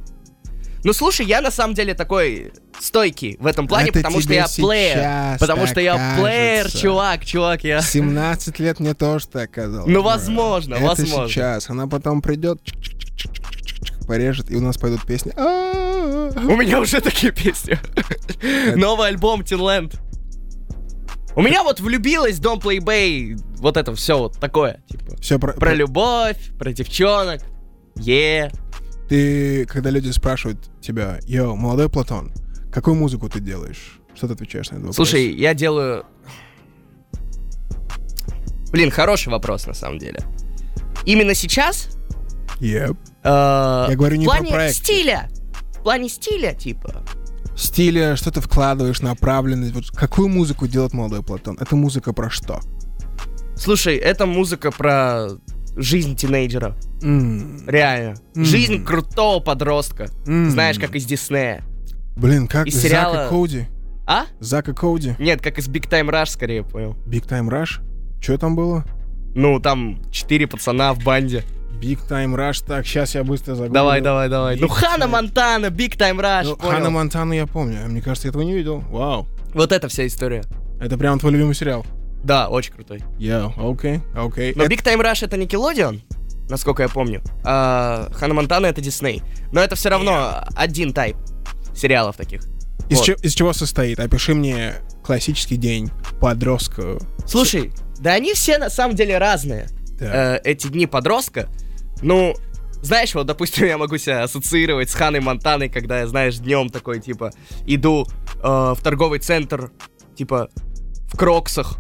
Speaker 4: Ну слушай, я на самом деле такой стойкий в этом плане,
Speaker 3: Это
Speaker 4: потому что
Speaker 3: тебе
Speaker 4: я плеер.
Speaker 3: сейчас
Speaker 4: Потому
Speaker 3: так
Speaker 4: что я плеер,
Speaker 3: кажется.
Speaker 4: чувак, чувак, я...
Speaker 3: 17 лет мне тоже так казалось.
Speaker 4: Ну
Speaker 3: бро.
Speaker 4: возможно,
Speaker 3: Это
Speaker 4: возможно.
Speaker 3: сейчас. Она потом придет, чик-чик-чик-чик-чик-чик, порежет, и у нас пойдут песни. А-а-а.
Speaker 4: У меня уже такие
Speaker 3: <laughs>
Speaker 4: песни. Новый альбом Тинленд. У меня вот влюбилась Don't Play Bay, вот это все вот такое, типа.
Speaker 3: Все про,
Speaker 4: Про любовь, про девчонок. Е.
Speaker 3: Ты, когда люди спрашивают тебя, йоу, молодой Платон, какую музыку ты делаешь? Что ты отвечаешь на этот вопрос?
Speaker 4: Слушай, я делаю... Блин, хороший вопрос на самом деле. Именно сейчас...
Speaker 3: Yep.
Speaker 4: Я
Speaker 3: Я говорю не
Speaker 4: в
Speaker 3: про
Speaker 4: плане
Speaker 3: проект.
Speaker 4: стиля. В плане стиля, типа.
Speaker 3: Стиля, что ты вкладываешь, направленность. Вот какую музыку делает молодой Платон? Это музыка про что?
Speaker 4: Слушай, это музыка про жизнь тинейджера.
Speaker 3: М,
Speaker 4: Реально.
Speaker 3: Мгм.
Speaker 4: Жизнь крутого подростка.
Speaker 3: м.
Speaker 4: Знаешь, как из Диснея.
Speaker 3: Блин, как
Speaker 4: из
Speaker 3: Зака
Speaker 4: сериала-
Speaker 3: Коуди?
Speaker 4: А?
Speaker 3: Зака Коуди?
Speaker 4: Нет, как из Big Time Rush, скорее понял.
Speaker 3: Big Time Rush? Что там было?
Speaker 4: Ну, там четыре пацана в банде.
Speaker 3: Big Time Rush, так, сейчас я быстро загуглю.
Speaker 4: Давай, давай, давай. Ну,
Speaker 3: Big
Speaker 4: Хана
Speaker 3: Time-
Speaker 4: Монтана, Big Time Rush,
Speaker 3: Ну,
Speaker 4: понял?
Speaker 3: Ханна Монтана я помню, а мне кажется, я этого не видел. Вау.
Speaker 4: Вот это вся история.
Speaker 3: Это прям твой любимый сериал.
Speaker 4: Да, очень крутой.
Speaker 3: Я, окей, окей. Э,
Speaker 4: Но
Speaker 3: Это-
Speaker 4: Big Time Rush это Nickelodeon, насколько я помню. А Ханна Монтана это Дисней. Но это все равно один тайп сериалов таких.
Speaker 3: Из,
Speaker 4: Вот.
Speaker 3: че- из чего состоит? Опиши мне классический день подростка.
Speaker 4: Слушай, да они все на самом деле разные.
Speaker 3: Да.
Speaker 4: Э, эти дни подростка. Ну, знаешь, вот, допустим, я могу себя ассоциировать с Ханой Монтаной, когда я, знаешь, днем такой, типа, иду э, в торговый центр, типа, в кроксах,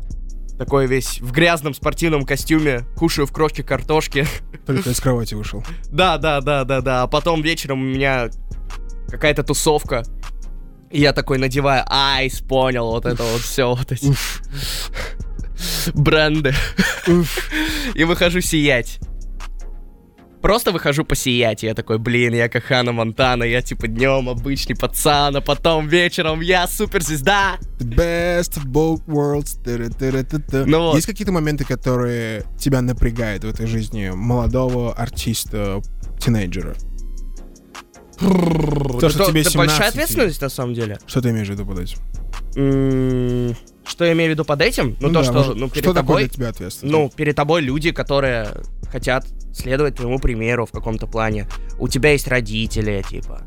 Speaker 4: такой весь в грязном спортивном костюме, кушаю в крошке картошки.
Speaker 3: Только из кровати вышел.
Speaker 4: Да, да, да, да, да. А потом вечером у меня какая-то тусовка. И я такой надеваю айс, понял, вот это вот все, вот эти бренды. И выхожу сиять. Просто выхожу посиять, и я такой, блин, я как Ханна Монтана, я типа днем обычный пацан, а потом вечером я суперзвезда.
Speaker 3: The best of both worlds. Тыры-тыры-ты-ты.
Speaker 4: Ну вот.
Speaker 3: Есть какие-то моменты, которые тебя напрягают в этой жизни молодого артиста, тинейджера? То, что
Speaker 4: Это-
Speaker 3: тебе
Speaker 4: это большая
Speaker 3: 17.
Speaker 4: ответственность на самом деле.
Speaker 3: Что ты имеешь в виду под этим?
Speaker 4: М, Что я имею в виду под этим? Ну, то,
Speaker 3: да,
Speaker 4: что,
Speaker 3: может,
Speaker 4: ну, перед
Speaker 3: что такое
Speaker 4: тобой...
Speaker 3: для тебя ответственность?
Speaker 4: ну, перед тобой люди, которые хотят следовать твоему примеру в каком-то плане. У тебя есть родители, типа,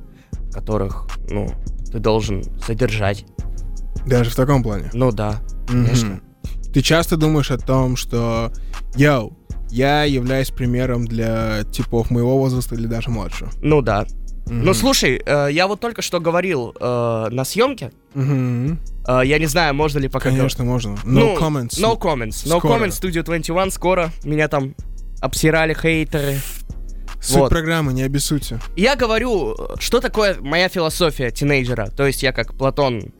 Speaker 4: которых, ну, ты должен содержать.
Speaker 3: Даже в таком плане.
Speaker 4: Ну да.
Speaker 3: Мгм.
Speaker 4: Конечно.
Speaker 3: Ты часто думаешь о том, что Йоу, я являюсь примером для типов моего возраста или даже младше.
Speaker 4: Ну да. Ну слушай, э, я вот только что говорил э, на съемке.
Speaker 3: Мгм.
Speaker 4: Э, я не знаю, можно ли пока. говорить.
Speaker 3: Конечно, можно. No
Speaker 4: Ну,
Speaker 3: comments.
Speaker 4: No comments. No
Speaker 3: Скоро.
Speaker 4: comments. Studio 21 скоро. Меня там обсирали хейтеры.
Speaker 3: Суть
Speaker 4: вот.
Speaker 3: программы, не обессудьте.
Speaker 4: Я говорю, э, что такое моя философия тинейджера. То есть я как Платон,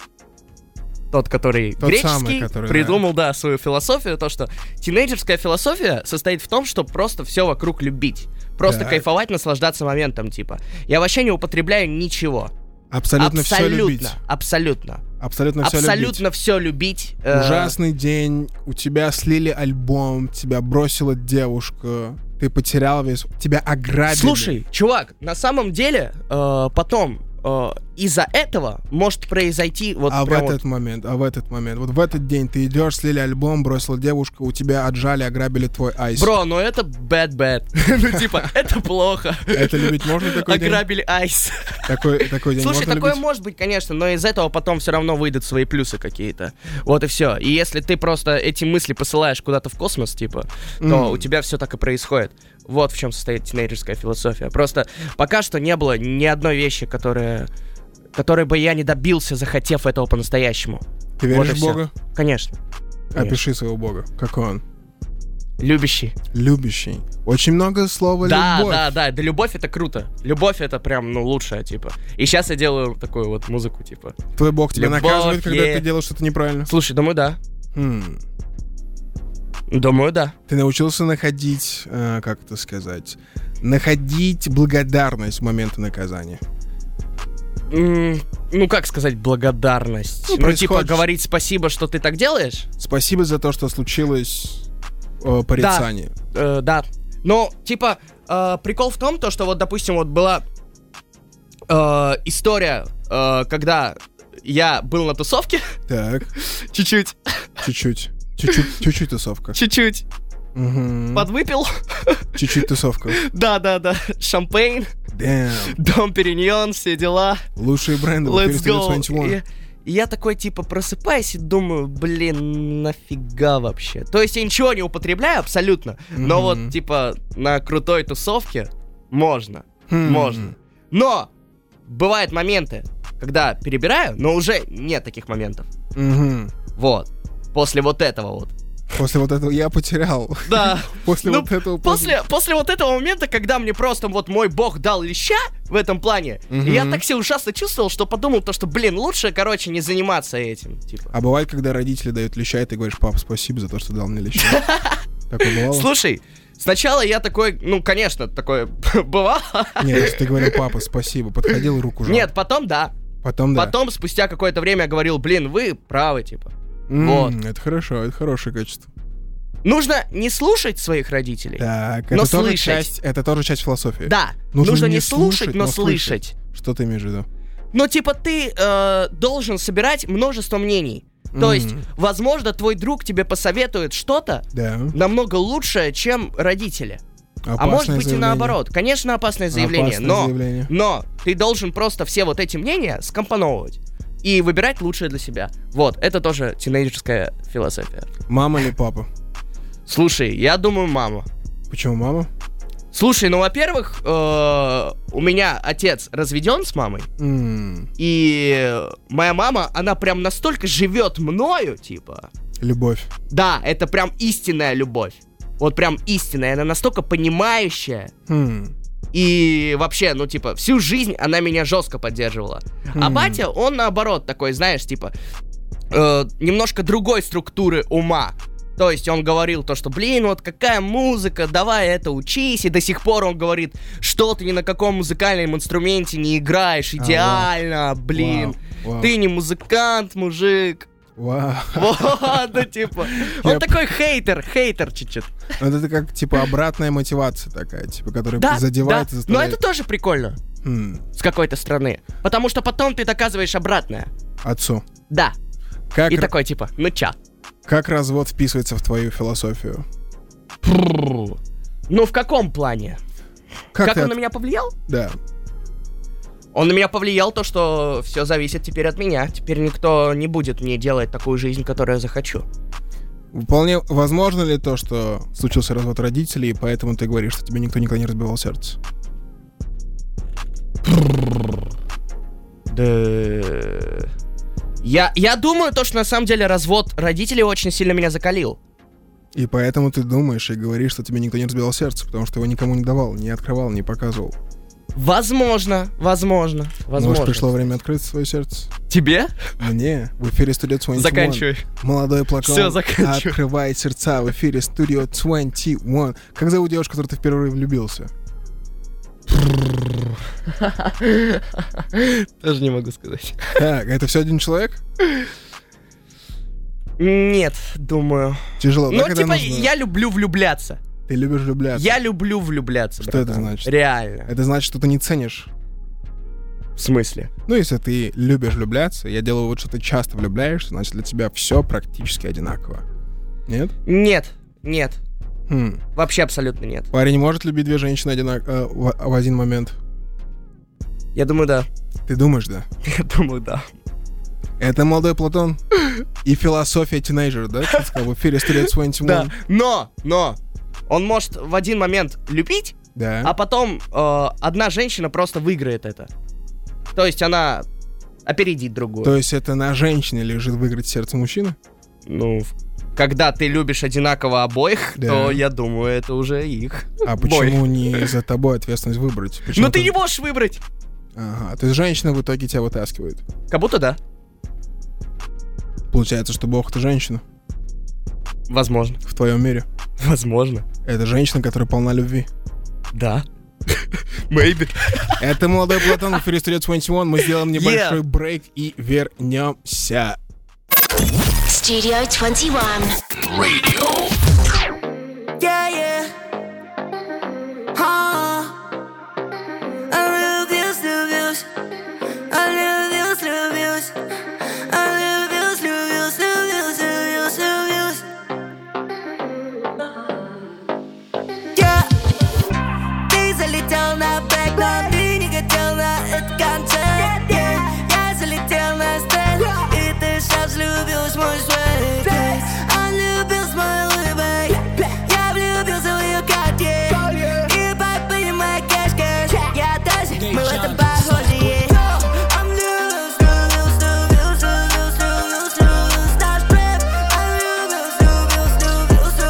Speaker 4: тот, который
Speaker 3: Тот
Speaker 4: греческий,
Speaker 3: самый, который,
Speaker 4: придумал, да. свою философию, то, что тинейджерская философия состоит в том, что просто все вокруг любить. Просто
Speaker 3: Так.
Speaker 4: кайфовать, наслаждаться моментом, типа. Я вообще не употребляю ничего.
Speaker 3: Абсолютно, все любить.
Speaker 4: абсолютно, абсолютно.
Speaker 3: Абсолютно, все любить.
Speaker 4: абсолютно все любить. э,
Speaker 3: Ужасный день, у тебя слили альбом, тебя бросила девушка, ты потерял весь, тебя ограбили.
Speaker 4: Слушай, чувак, на самом деле, э, потом э, из-за этого может произойти вот
Speaker 3: а в
Speaker 4: прям вот-
Speaker 3: этот момент, а в этот момент, вот в этот день ты идешь, слили альбом, бросила девушка, у тебя отжали, ограбили твой айс.
Speaker 4: Бро, ну это bad bad. <laughs> Ну типа, это плохо.
Speaker 3: Это любить можно такой день?
Speaker 4: Ограбили айс.
Speaker 3: Такой, такой день
Speaker 4: Слушай,
Speaker 3: можно
Speaker 4: такое
Speaker 3: любить?
Speaker 4: может быть, конечно, но из этого потом все равно выйдут свои плюсы какие-то. Вот и все. И если ты просто эти мысли посылаешь куда-то в космос, типа,
Speaker 3: М.
Speaker 4: то у тебя все так и происходит. Вот в чем состоит тинейджерская философия. Просто пока что не было ни одной вещи, которая которой бы я не добился, захотев этого по-настоящему.
Speaker 3: Ты
Speaker 4: Вот
Speaker 3: веришь
Speaker 4: и
Speaker 3: в
Speaker 4: всё.
Speaker 3: Бога?
Speaker 4: Конечно. Конечно.
Speaker 3: Опиши своего Бога. Какой он?
Speaker 4: Любящий.
Speaker 3: Любящий. Очень много слова
Speaker 4: Да,
Speaker 3: любовь.
Speaker 4: да, да, да, любовь это круто. Любовь это прям, ну, лучшее, типа. И сейчас я делаю такую вот музыку, типа.
Speaker 3: Твой Бог тебя
Speaker 4: Любовь
Speaker 3: наказывает, когда
Speaker 4: е-
Speaker 3: ты делаешь что-то неправильно.
Speaker 4: Слушай, думаю, да.
Speaker 3: М.
Speaker 4: Думаю, да.
Speaker 3: Ты научился находить, э, как это сказать, находить благодарность в моменты наказания.
Speaker 4: М, ну, как сказать, благодарность. Ну,
Speaker 3: Ну,
Speaker 4: типа,
Speaker 3: происходит.
Speaker 4: говорить спасибо, что ты так делаешь.
Speaker 3: Спасибо за то, что случилось э, порицание.
Speaker 4: Э, да. Но, типа, э, прикол в том, то, что вот, допустим, вот была э, история, э, когда я был на тусовке. <laughs>
Speaker 3: Так,
Speaker 4: Чуть-чуть.
Speaker 3: чуть-чуть. Чуть-чуть, чуть-чуть тусовка.
Speaker 4: Чуть-чуть.
Speaker 3: Мгм.
Speaker 4: Подвыпил. <laughs>
Speaker 3: Чуть-чуть тусовка.
Speaker 4: Да-да-да. Шампейн.
Speaker 3: Damn.
Speaker 4: Дом Периньон, все дела.
Speaker 3: Лучшие бренды. Ну, в
Speaker 4: Let's
Speaker 3: Перестиле
Speaker 4: go.
Speaker 3: 21.
Speaker 4: И- и я такой, типа, просыпаюсь и думаю, блин, нафига вообще? То есть я ничего не употребляю абсолютно, но
Speaker 3: Мгм.
Speaker 4: вот, типа, на крутой тусовке можно,
Speaker 3: Хм.
Speaker 4: можно. Но бывают моменты, когда перебираю, но уже нет таких моментов.
Speaker 3: Мгм.
Speaker 4: Вот. После вот этого
Speaker 3: <laughs>
Speaker 4: вот.
Speaker 3: После вот этого я потерял. <laughs>
Speaker 4: Да.
Speaker 3: После
Speaker 4: Ну,
Speaker 3: вот этого.
Speaker 4: После, после вот этого момента, когда мне просто вот мой бог дал леща в этом плане,
Speaker 3: Мгм.
Speaker 4: я так себя ужасно чувствовал, что подумал то, что, блин, лучше, короче, не заниматься этим. Типа.
Speaker 3: А бывает, когда родители дают леща, и ты говоришь, пап, спасибо за то, что дал
Speaker 4: <laughs>
Speaker 3: мне леща. Такое бывало?
Speaker 4: Слушай, сначала я такой, ну, конечно, такое <laughs> бывало.
Speaker 3: Нет, если ты говорил, папа, спасибо, подходил, руку жал.
Speaker 4: Нет, потом да.
Speaker 3: Потом да.
Speaker 4: Потом, спустя какое-то время, я говорил, блин, вы правы, типа.
Speaker 3: М,
Speaker 4: вот.
Speaker 3: Это хорошо, это хорошее качество.
Speaker 4: Нужно не слушать своих родителей.
Speaker 3: Так,
Speaker 4: Но
Speaker 3: это тоже
Speaker 4: слышать.
Speaker 3: часть, это тоже часть философии.
Speaker 4: Да,
Speaker 3: Нужно
Speaker 4: нужно,
Speaker 3: не
Speaker 4: не слушать,
Speaker 3: слушать,
Speaker 4: но
Speaker 3: но слышать.
Speaker 4: слышать.
Speaker 3: Что ты имеешь в виду?
Speaker 4: Ну, типа, ты э, должен собирать множество мнений.
Speaker 3: М,
Speaker 4: То есть, возможно, твой друг тебе посоветует что-то
Speaker 3: Да.
Speaker 4: намного лучшее, чем родители. а
Speaker 3: Опасное
Speaker 4: может быть и
Speaker 3: заявление.
Speaker 4: наоборот. Конечно, опасное заявление,
Speaker 3: Опасное
Speaker 4: но,
Speaker 3: заявление.
Speaker 4: но ты должен просто все вот эти мнения скомпоновывать и выбирать лучшее для себя. Вот, это тоже тинейджерская философия.
Speaker 3: Мама или папа?
Speaker 4: Слушай, я думаю, мама.
Speaker 3: Почему мама?
Speaker 4: Слушай, ну, во-первых, э, у меня отец разведен с мамой,
Speaker 3: М,
Speaker 4: и моя мама, она прям настолько живет мною, типа,
Speaker 3: Любовь.
Speaker 4: Да, это прям истинная любовь. Вот прям истинная. Она настолько понимающая.
Speaker 3: М,
Speaker 4: И вообще, ну, типа, всю жизнь она меня жестко поддерживала. А
Speaker 3: Мгм.
Speaker 4: батя, он наоборот такой, знаешь, типа, э, немножко другой структуры ума. То есть он говорил то, что, блин, вот какая музыка, давай это учись. И до сих пор он говорит, что ты ни на каком музыкальном инструменте не играешь
Speaker 3: А, вау.
Speaker 4: идеально, блин.
Speaker 3: Вау, вау,
Speaker 4: Ты не музыкант, мужик.
Speaker 3: <laughs> вау.
Speaker 4: Вот, ну типа.
Speaker 3: Я-
Speaker 4: Он такой хейтер, хейтер чуть-чуть.
Speaker 3: Ну, Это как, типа, обратная мотивация такая, типа, которая
Speaker 4: Да,
Speaker 3: задевает и
Speaker 4: да. Но
Speaker 3: заставляет.
Speaker 4: это тоже прикольно
Speaker 3: М,
Speaker 4: с какой-то стороны. Потому что потом ты доказываешь обратное.
Speaker 3: Отцу.
Speaker 4: Да.
Speaker 3: Как,
Speaker 4: И
Speaker 3: р-
Speaker 4: такой типа, ну ча.
Speaker 3: как развод вписывается в твою философию?
Speaker 4: Ну в каком плане? Как,
Speaker 3: ты
Speaker 4: он
Speaker 3: от-
Speaker 4: на меня повлиял?
Speaker 3: Да.
Speaker 4: Он на меня повлиял то, что все зависит теперь от меня. Теперь никто не будет мне делать такую жизнь, которую я захочу.
Speaker 3: Вполне возможно ли то, что случился развод родителей, и поэтому ты говоришь, что тебе никто никогда не разбивал сердце?
Speaker 4: Да... Я, я думаю, то, что на самом деле развод родителей очень сильно меня закалил.
Speaker 3: И поэтому ты думаешь и говоришь, что тебе никто не разбивал сердце, потому что его никому не давал, не открывал, не показывал.
Speaker 4: Возможно, возможно, возможно.
Speaker 3: Может, пришло время открыть свое сердце?
Speaker 4: Тебе?
Speaker 3: Мне? В
Speaker 4: <laughs>
Speaker 3: эфире Studio 21.
Speaker 4: Заканчивай.
Speaker 3: Молодой плакал.
Speaker 4: Всё, заканчивай.
Speaker 3: Открывай сердца в эфире Studio 21. Как зовут девушку, в которую ты впервые влюбился?
Speaker 4: Тоже не могу сказать.
Speaker 3: Так, это все один человек?
Speaker 4: Нет, думаю.
Speaker 3: Тяжело.
Speaker 4: Ну,
Speaker 3: да, когда
Speaker 4: типа,
Speaker 3: нужно?
Speaker 4: я люблю влюбляться.
Speaker 3: Ты любишь влюбляться.
Speaker 4: Я люблю влюбляться.
Speaker 3: Что это
Speaker 4: братан.
Speaker 3: значит?
Speaker 4: Реально.
Speaker 3: Это значит, что ты не ценишь.
Speaker 4: В смысле?
Speaker 3: Ну, если ты любишь влюбляться, я делаю вот, что ты часто влюбляешься, значит, для тебя все практически одинаково. Нет?
Speaker 4: Нет, нет.
Speaker 3: Хм.
Speaker 4: Вообще абсолютно нет.
Speaker 3: Парень может любить две женщины одинак... э, в, в один момент.
Speaker 4: Я думаю, да.
Speaker 3: Ты думаешь, да?
Speaker 4: Я думаю, да.
Speaker 3: Это молодой Платон и философия тинейджера, да? ты сказал, В эфире Studio 21.
Speaker 4: Да. Но, но, он может в один момент любить,
Speaker 3: Да.
Speaker 4: а потом э, одна женщина просто выиграет это. То есть она опередит другую.
Speaker 3: То есть это на женщине лежит выиграть сердце мужчины?
Speaker 4: Ну, в- когда ты любишь одинаково обоих,
Speaker 3: Да.
Speaker 4: то я думаю, это уже их.
Speaker 3: А
Speaker 4: бой.
Speaker 3: почему не за тобой ответственность выбрать? Почему
Speaker 4: Но ты не можешь выбрать.
Speaker 3: Ага, то есть женщина в итоге тебя вытаскивает.
Speaker 4: Как будто да.
Speaker 3: Получается, что бог — это женщина
Speaker 4: Возможно.
Speaker 3: в твоем мире.
Speaker 4: Возможно.
Speaker 3: Это женщина, которая полна любви.
Speaker 4: Да. <laughs> Maybe.
Speaker 3: Это молодой Платон в эфире Studio 21. Мы сделаем небольшой брейк и вернемся.
Speaker 1: Studio 21.
Speaker 5: Yeah, yeah. Huh. I love yous, love yous. I love yous, love yous. I love yous, love yous, love yous, love yous, love yous. Yeah. Ты залетел на бэкбан, ты не хотел на этот концерт. Yeah. Я залетел на сцену, и ты сейчас влюбилась в мой свет. Он влюбился в мой улыбок, я влюбился в ее коте. И папа и моя кэш-кэш, я тоже, мы в этом похожи. yeah. I'm loose, loose, loose, loose, loose, loose, наш рэп. I'm loose, loose, loose,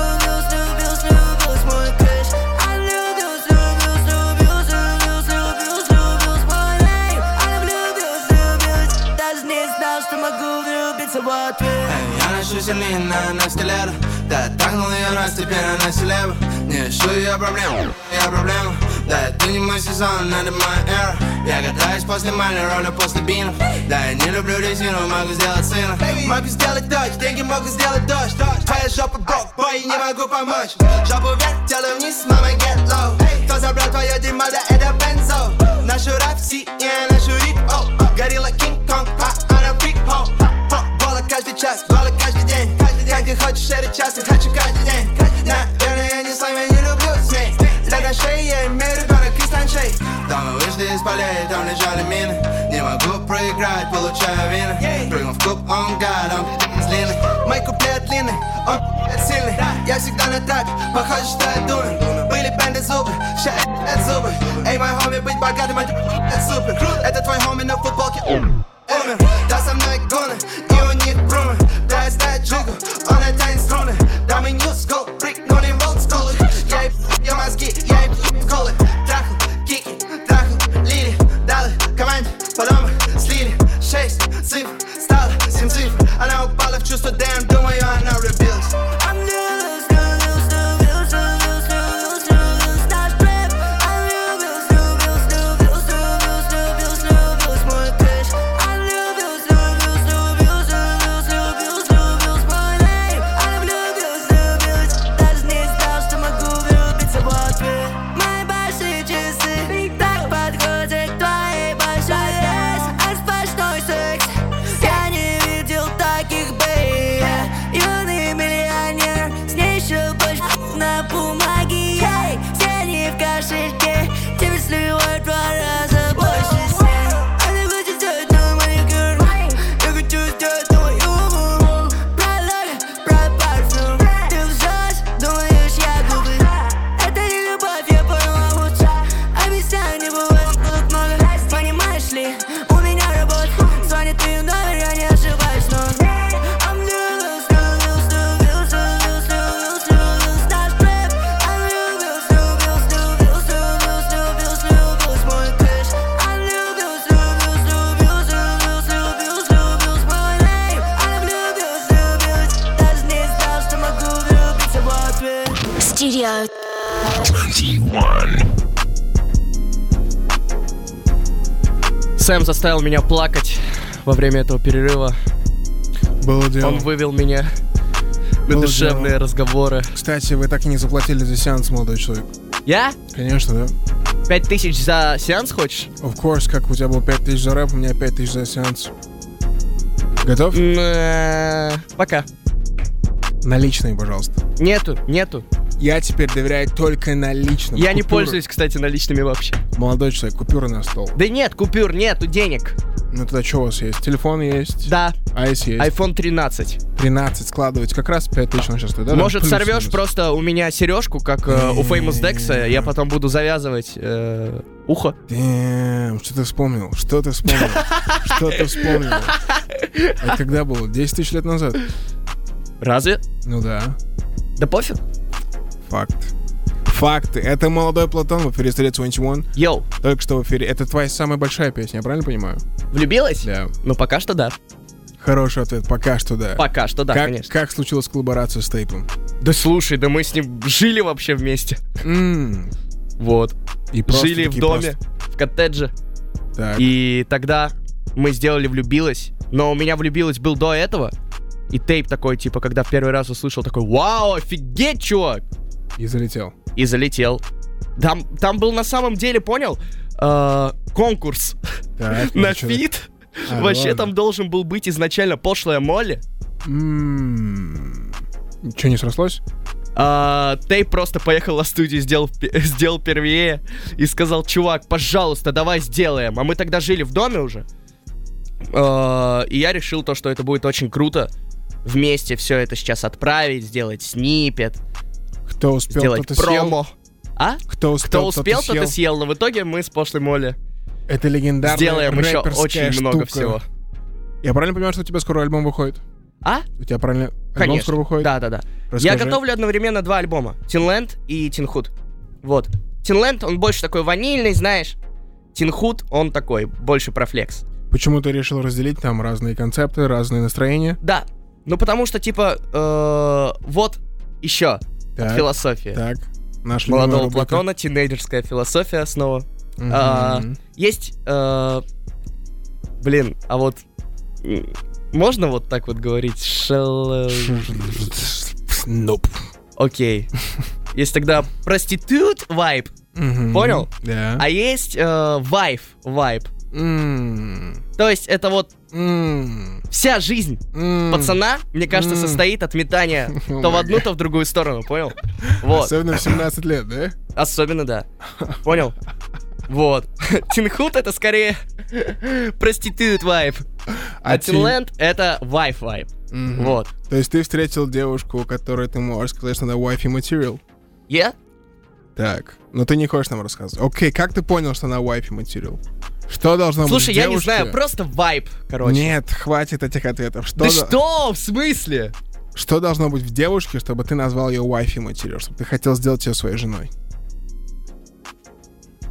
Speaker 5: loose, loose, loose, мой кэш. I'm loose, loose, loose, loose, loose, loose, мой лейб. I'm loose, loose, даже не знал, что могу влюбиться в ответ.
Speaker 2: Я ношу сильнее на стилету Да, трахнул ее раз, теперь она селеба Не решу ее проблему, я проблема Да, это не мой сезон, надо моя эра Я катаюсь после Мали, роли после бинов Да, я не люблю резину, могу сделать сына Могу сделать дочь, деньги могу сделать дождь дождь. Твоя жопа брок, бой, не могу помочь Жопу вверх, тело вниз, мама get low Кто забрал твое дерьмо, да это Бензо Нашу рэп, си, я нашу рип, о Горилла Кинг-Конг, а она фрик, ho. Ха, Голод каждый час, голод каждый день Каждый день ты хочешь этот час, я хочу каждый день Наверное, я не с вами не люблю смей Для на шее я имею ребенок из траншей Дома вышли из полей, там лежали мины Не могу проиграть, получаю вины Прыгнул в куб, он гад, он пи***ц длинный Мой куплет длинный, он пи***ц сильный Я всегда на траке, похоже, что я дура Были бенды зубы, сейчас это зубы Эй, мой хоми, быть богатым, это пи***ц супер Это твой хоми на футболке, умер Да со мной гоны, и у них бруны Да я знаю джигу, он это инструны Да мы new school, freak, но не old school Я еб, я мозги, я еб, колы Трахал, кики, трахал, лили Дал их команде, потом их слили Шесть цифр, стало семь цифр Она упала в чувство, damn, думаю, она влюбилась
Speaker 5: I'm loose, loose, loose, loose, loose, loose, loose, наш рэп. I'm loose, loose, loose, loose, loose, loose, мой кэш. I'm loose, loose, loose, loose, loose, loose, мой лейб. I'm loose, loose, даже не знал, что могу влюбиться в ответ. Мои большие часы так подходят к твоей большой вес. А сплошной секс я не видел таких, бей. А
Speaker 4: Сэм заставил меня плакать во время этого перерыва.
Speaker 3: Было дело.
Speaker 4: Он вывел меня на
Speaker 3: Было
Speaker 4: душевные
Speaker 3: дело.
Speaker 4: разговоры.
Speaker 3: Кстати, вы так и не заплатили за сеанс, молодой человек.
Speaker 4: Я?
Speaker 3: Конечно, да.
Speaker 4: Пять тысяч за сеанс хочешь?
Speaker 3: Of course, как у тебя было 5000 за рэп, у меня 5000 за сеанс. Готов?
Speaker 4: М, э, Пока.
Speaker 3: Наличные, пожалуйста.
Speaker 4: Нету, нету.
Speaker 3: Я теперь доверяю только наличным.
Speaker 4: Я не
Speaker 3: Купюры.
Speaker 4: пользуюсь, кстати, наличными вообще.
Speaker 3: Молодой человек, купюры на стол.
Speaker 4: Да нет, купюр, нету денег.
Speaker 3: Ну тогда что у вас есть? Телефон есть?
Speaker 4: Да,
Speaker 3: Айс есть?
Speaker 4: iPhone 13.
Speaker 3: 13 складывать. Как раз 5000 на сейчас. Ну Да,
Speaker 4: Может,
Speaker 3: Плюс
Speaker 4: сорвешь
Speaker 3: минус.
Speaker 4: просто у меня сережку, как э, у Famous Dex, я потом буду завязывать э, ухо.
Speaker 3: Damn, Эм, что ты вспомнил? Что ты вспомнил? Что ты вспомнил? Это когда было? 10 тысяч лет назад?
Speaker 4: Разве?
Speaker 3: Ну да,
Speaker 4: Да пофиг.
Speaker 3: факт. Факты. Это молодой Платон в эфире Studio 21.
Speaker 4: Йоу,
Speaker 3: Только что в эфире. Это твоя самая большая песня, я правильно понимаю?
Speaker 4: влюбилась?
Speaker 3: Да.
Speaker 4: Ну пока что да.
Speaker 3: Хороший ответ. Пока что да.
Speaker 4: Пока что да,
Speaker 3: как,
Speaker 4: конечно.
Speaker 3: как случилась коллаборация с Тейпом?
Speaker 4: Да слушай, да мы с ним жили вообще вместе.
Speaker 3: М,
Speaker 4: Вот.
Speaker 3: И просто
Speaker 4: жили в
Speaker 3: такие
Speaker 4: доме,
Speaker 3: просто-
Speaker 4: в коттедже.
Speaker 3: Так.
Speaker 4: И тогда мы сделали «Влюбилась», но у меня «Влюбилась» был до этого. И тейп такой, типа, когда в первый раз услышал, такой «Вау, офигеть, чувак!»
Speaker 3: И залетел.
Speaker 4: И залетел. Там, там был на самом деле, понял, э, конкурс <laughs>
Speaker 3: Так, и
Speaker 4: на
Speaker 3: Ну, чё?
Speaker 4: фит.
Speaker 3: А,
Speaker 4: Вообще
Speaker 3: ладно.
Speaker 4: там должен был быть изначально пошлая Молли.
Speaker 3: М, Чё, не срослось?
Speaker 4: А, Тейп просто поехал на студию, сделал, пе- <laughs> сделал первее и сказал, чувак, пожалуйста, давай сделаем. А мы тогда жили в доме уже. А, и я решил то, что это будет очень круто вместе все это сейчас отправить, сделать снипет,
Speaker 3: Кто успел,
Speaker 4: сделать
Speaker 3: тот и съел.
Speaker 4: промо. А?
Speaker 3: Кто успел,
Speaker 4: Кто
Speaker 3: тот и
Speaker 4: успел, тот и
Speaker 3: съел.
Speaker 4: съел. Но в итоге мы с пошлой Молли
Speaker 3: Это легендарная
Speaker 4: сделаем еще
Speaker 3: рэперская
Speaker 4: очень много
Speaker 3: штука.
Speaker 4: всего.
Speaker 3: Я правильно понимаю, что у тебя скоро альбом выходит?
Speaker 4: А?
Speaker 3: У тебя правильно альбом скоро
Speaker 4: Конечно.
Speaker 3: выходит?
Speaker 4: Да, да, да. Я
Speaker 3: Расскажи.
Speaker 4: готовлю одновременно два альбома. Тинленд и Тинхуд. Вот. Тинленд, он больше такой ванильный, знаешь. Тинхуд, он такой, больше про флекс.
Speaker 3: Почему ты решил разделить там разные концепты, разные настроения?
Speaker 4: Да. Ну потому что, типа, э, вот еще
Speaker 3: Так,
Speaker 4: философия.
Speaker 3: Так, наш любимый
Speaker 4: Молодого
Speaker 3: рубрика.
Speaker 4: Платона, тинейджерская философия снова.
Speaker 3: Мгм.
Speaker 4: А, Есть, э, блин, а вот м, можно вот так вот говорить? Шел... э,
Speaker 3: Nope. <laughs>
Speaker 4: Окей. Есть тогда проститут вайб,
Speaker 3: Мгм.
Speaker 4: Понял?
Speaker 3: Да.
Speaker 4: а есть э, вайф вайб.
Speaker 3: М,
Speaker 4: То есть это вот
Speaker 3: м,
Speaker 4: вся жизнь
Speaker 3: м.
Speaker 4: пацана, мне кажется,
Speaker 3: М.
Speaker 4: состоит от
Speaker 3: <laughs>
Speaker 4: метания
Speaker 3: Oh
Speaker 4: то в
Speaker 3: my
Speaker 4: одну, то в другую сторону,
Speaker 3: <laughs>
Speaker 4: понял? Вот,
Speaker 3: Особенно в 17 лет, да?
Speaker 4: особенно
Speaker 3: <laughs>
Speaker 4: да. Понял? Вот. <laughs> Тинхут это скорее <laughs> проститут вайп, а
Speaker 3: ти-
Speaker 4: Тинленд это вайф вайп.
Speaker 3: Мгм.
Speaker 4: Вот.
Speaker 3: То есть ты встретил девушку, которой ты можешь сказать, что она wifi material?
Speaker 4: Я?
Speaker 3: Так, но ты не хочешь нам рассказывать. Окей, как ты понял, что она wifi материал? Что должно быть
Speaker 4: Слушай,
Speaker 3: в
Speaker 4: я не
Speaker 3: девушке?
Speaker 4: знаю, просто вайп, короче.
Speaker 3: Нет, хватит этих ответов. Что,
Speaker 4: Да
Speaker 3: до-
Speaker 4: что, в смысле?
Speaker 3: что должно быть в девушке, чтобы ты назвал ее wifi материал, чтобы ты хотел сделать ее своей женой?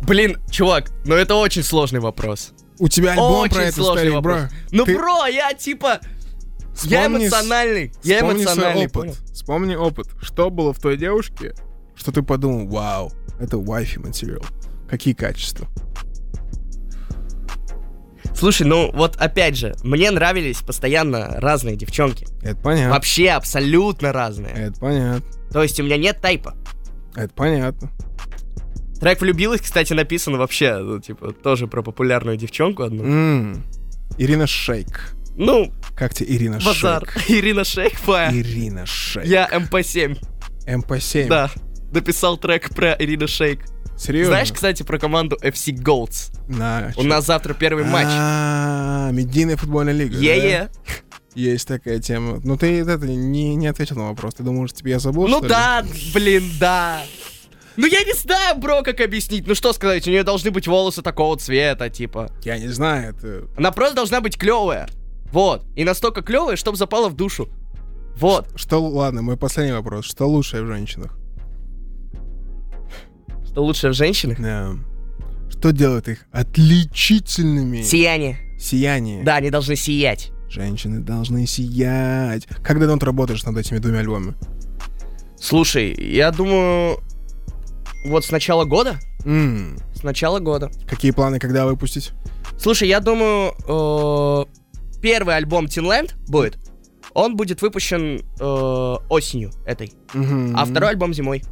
Speaker 4: Блин, чувак, ну это очень сложный вопрос.
Speaker 3: У тебя альбом
Speaker 4: очень
Speaker 3: про это,
Speaker 4: сложный
Speaker 3: старик,
Speaker 4: вопрос.
Speaker 3: бро.
Speaker 4: Ну,
Speaker 3: Ты
Speaker 4: бро, я типа, я
Speaker 3: вспомни с-
Speaker 4: эмоциональный, я
Speaker 3: вспомни свой
Speaker 4: эмоциональный,
Speaker 3: опыт.
Speaker 4: понял?
Speaker 3: Вспомни опыт. Что было в той девушке, что ты подумал, вау, это wifi материал. Какие качества?
Speaker 4: Слушай, ну вот опять же, мне нравились постоянно разные девчонки.
Speaker 3: Это понятно.
Speaker 4: Вообще абсолютно разные.
Speaker 3: Это понятно.
Speaker 4: То есть у меня нет тайпа.
Speaker 3: Это понятно.
Speaker 4: Трек «Влюбилась», кстати, написан вообще, ну, типа, тоже про популярную девчонку одну.
Speaker 3: М. Ирина Шейк.
Speaker 4: Ну,
Speaker 3: Как тебе Ирина
Speaker 4: базар. <laughs>
Speaker 3: Шейк?
Speaker 4: Ирина Шейхпая.
Speaker 3: <laughs> Ирина Шейк.
Speaker 4: Я МП-7,
Speaker 3: МП-7.
Speaker 4: да. Написал трек про Ирину Шейк.
Speaker 3: Серьезно?
Speaker 4: Знаешь, кстати, про команду FC Golds?
Speaker 3: На,
Speaker 4: У нас завтра первый матч.
Speaker 3: А, медийная футбольная лига. да?
Speaker 4: Е-е.
Speaker 3: Есть такая тема. Ну ты это, не, не ответил на вопрос. Ты думал, что тебе я забыл?
Speaker 4: Ну
Speaker 3: что ли?
Speaker 4: да, блин, да. Ну я не знаю, бро, как объяснить. Ну что сказать, у нее должны быть волосы такого цвета, типа.
Speaker 3: Я не знаю, это.
Speaker 4: Она просто должна быть клевая. Вот. И настолько клевая, чтобы запала в душу. Вот.
Speaker 3: Что, ладно, мой последний вопрос. Что лучшее в женщинах?
Speaker 4: Что лучшее в женщинах?
Speaker 3: Да. Что делает их отличительными?
Speaker 4: Сияние.
Speaker 3: Сияние.
Speaker 4: Да, они должны сиять.
Speaker 3: Женщины должны сиять. Как давно ты работаешь над этими двумя альбомами?
Speaker 4: Слушай, я думаю... Вот с начала года?
Speaker 3: М,
Speaker 4: С начала года.
Speaker 3: Какие планы, когда выпустить?
Speaker 4: Слушай, я думаю, э, первый альбом Тинленд будет. Он будет выпущен э, осенью этой,
Speaker 3: Мгм.
Speaker 4: а второй альбом зимой.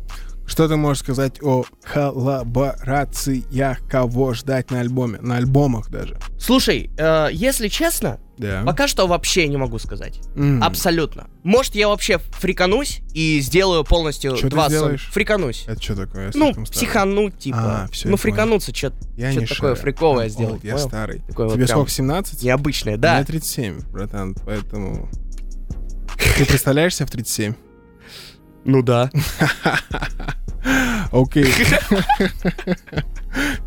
Speaker 3: Что ты можешь сказать о коллаборациях? Кого ждать на альбоме? На альбомах даже.
Speaker 4: Слушай, э, если честно,
Speaker 3: Да.
Speaker 4: пока что вообще не могу сказать. Абсолютно. Может, я вообще фриканусь и сделаю полностью
Speaker 3: Чё ты
Speaker 4: два сон.
Speaker 3: сделаешь?
Speaker 4: Фриканусь.
Speaker 3: Это что такое? Я
Speaker 4: Ну,
Speaker 3: слишком старый.
Speaker 4: психануть, типа.
Speaker 3: А, всё,
Speaker 4: ну,
Speaker 3: я понял.
Speaker 4: фрикануться, что-то
Speaker 3: Я не
Speaker 4: такое
Speaker 3: шарю.
Speaker 4: фриковое
Speaker 3: I'm
Speaker 4: сделать.
Speaker 3: old, Я
Speaker 4: понял?
Speaker 3: старый.
Speaker 4: Такое вот
Speaker 3: Тебе
Speaker 4: прям
Speaker 3: сколько, 17?
Speaker 4: Необычное, да.
Speaker 3: Мне 37, братан, поэтому... Ты представляешься в 37?
Speaker 4: Ну
Speaker 3: <laughs>
Speaker 4: да. <laughs>
Speaker 3: Окей.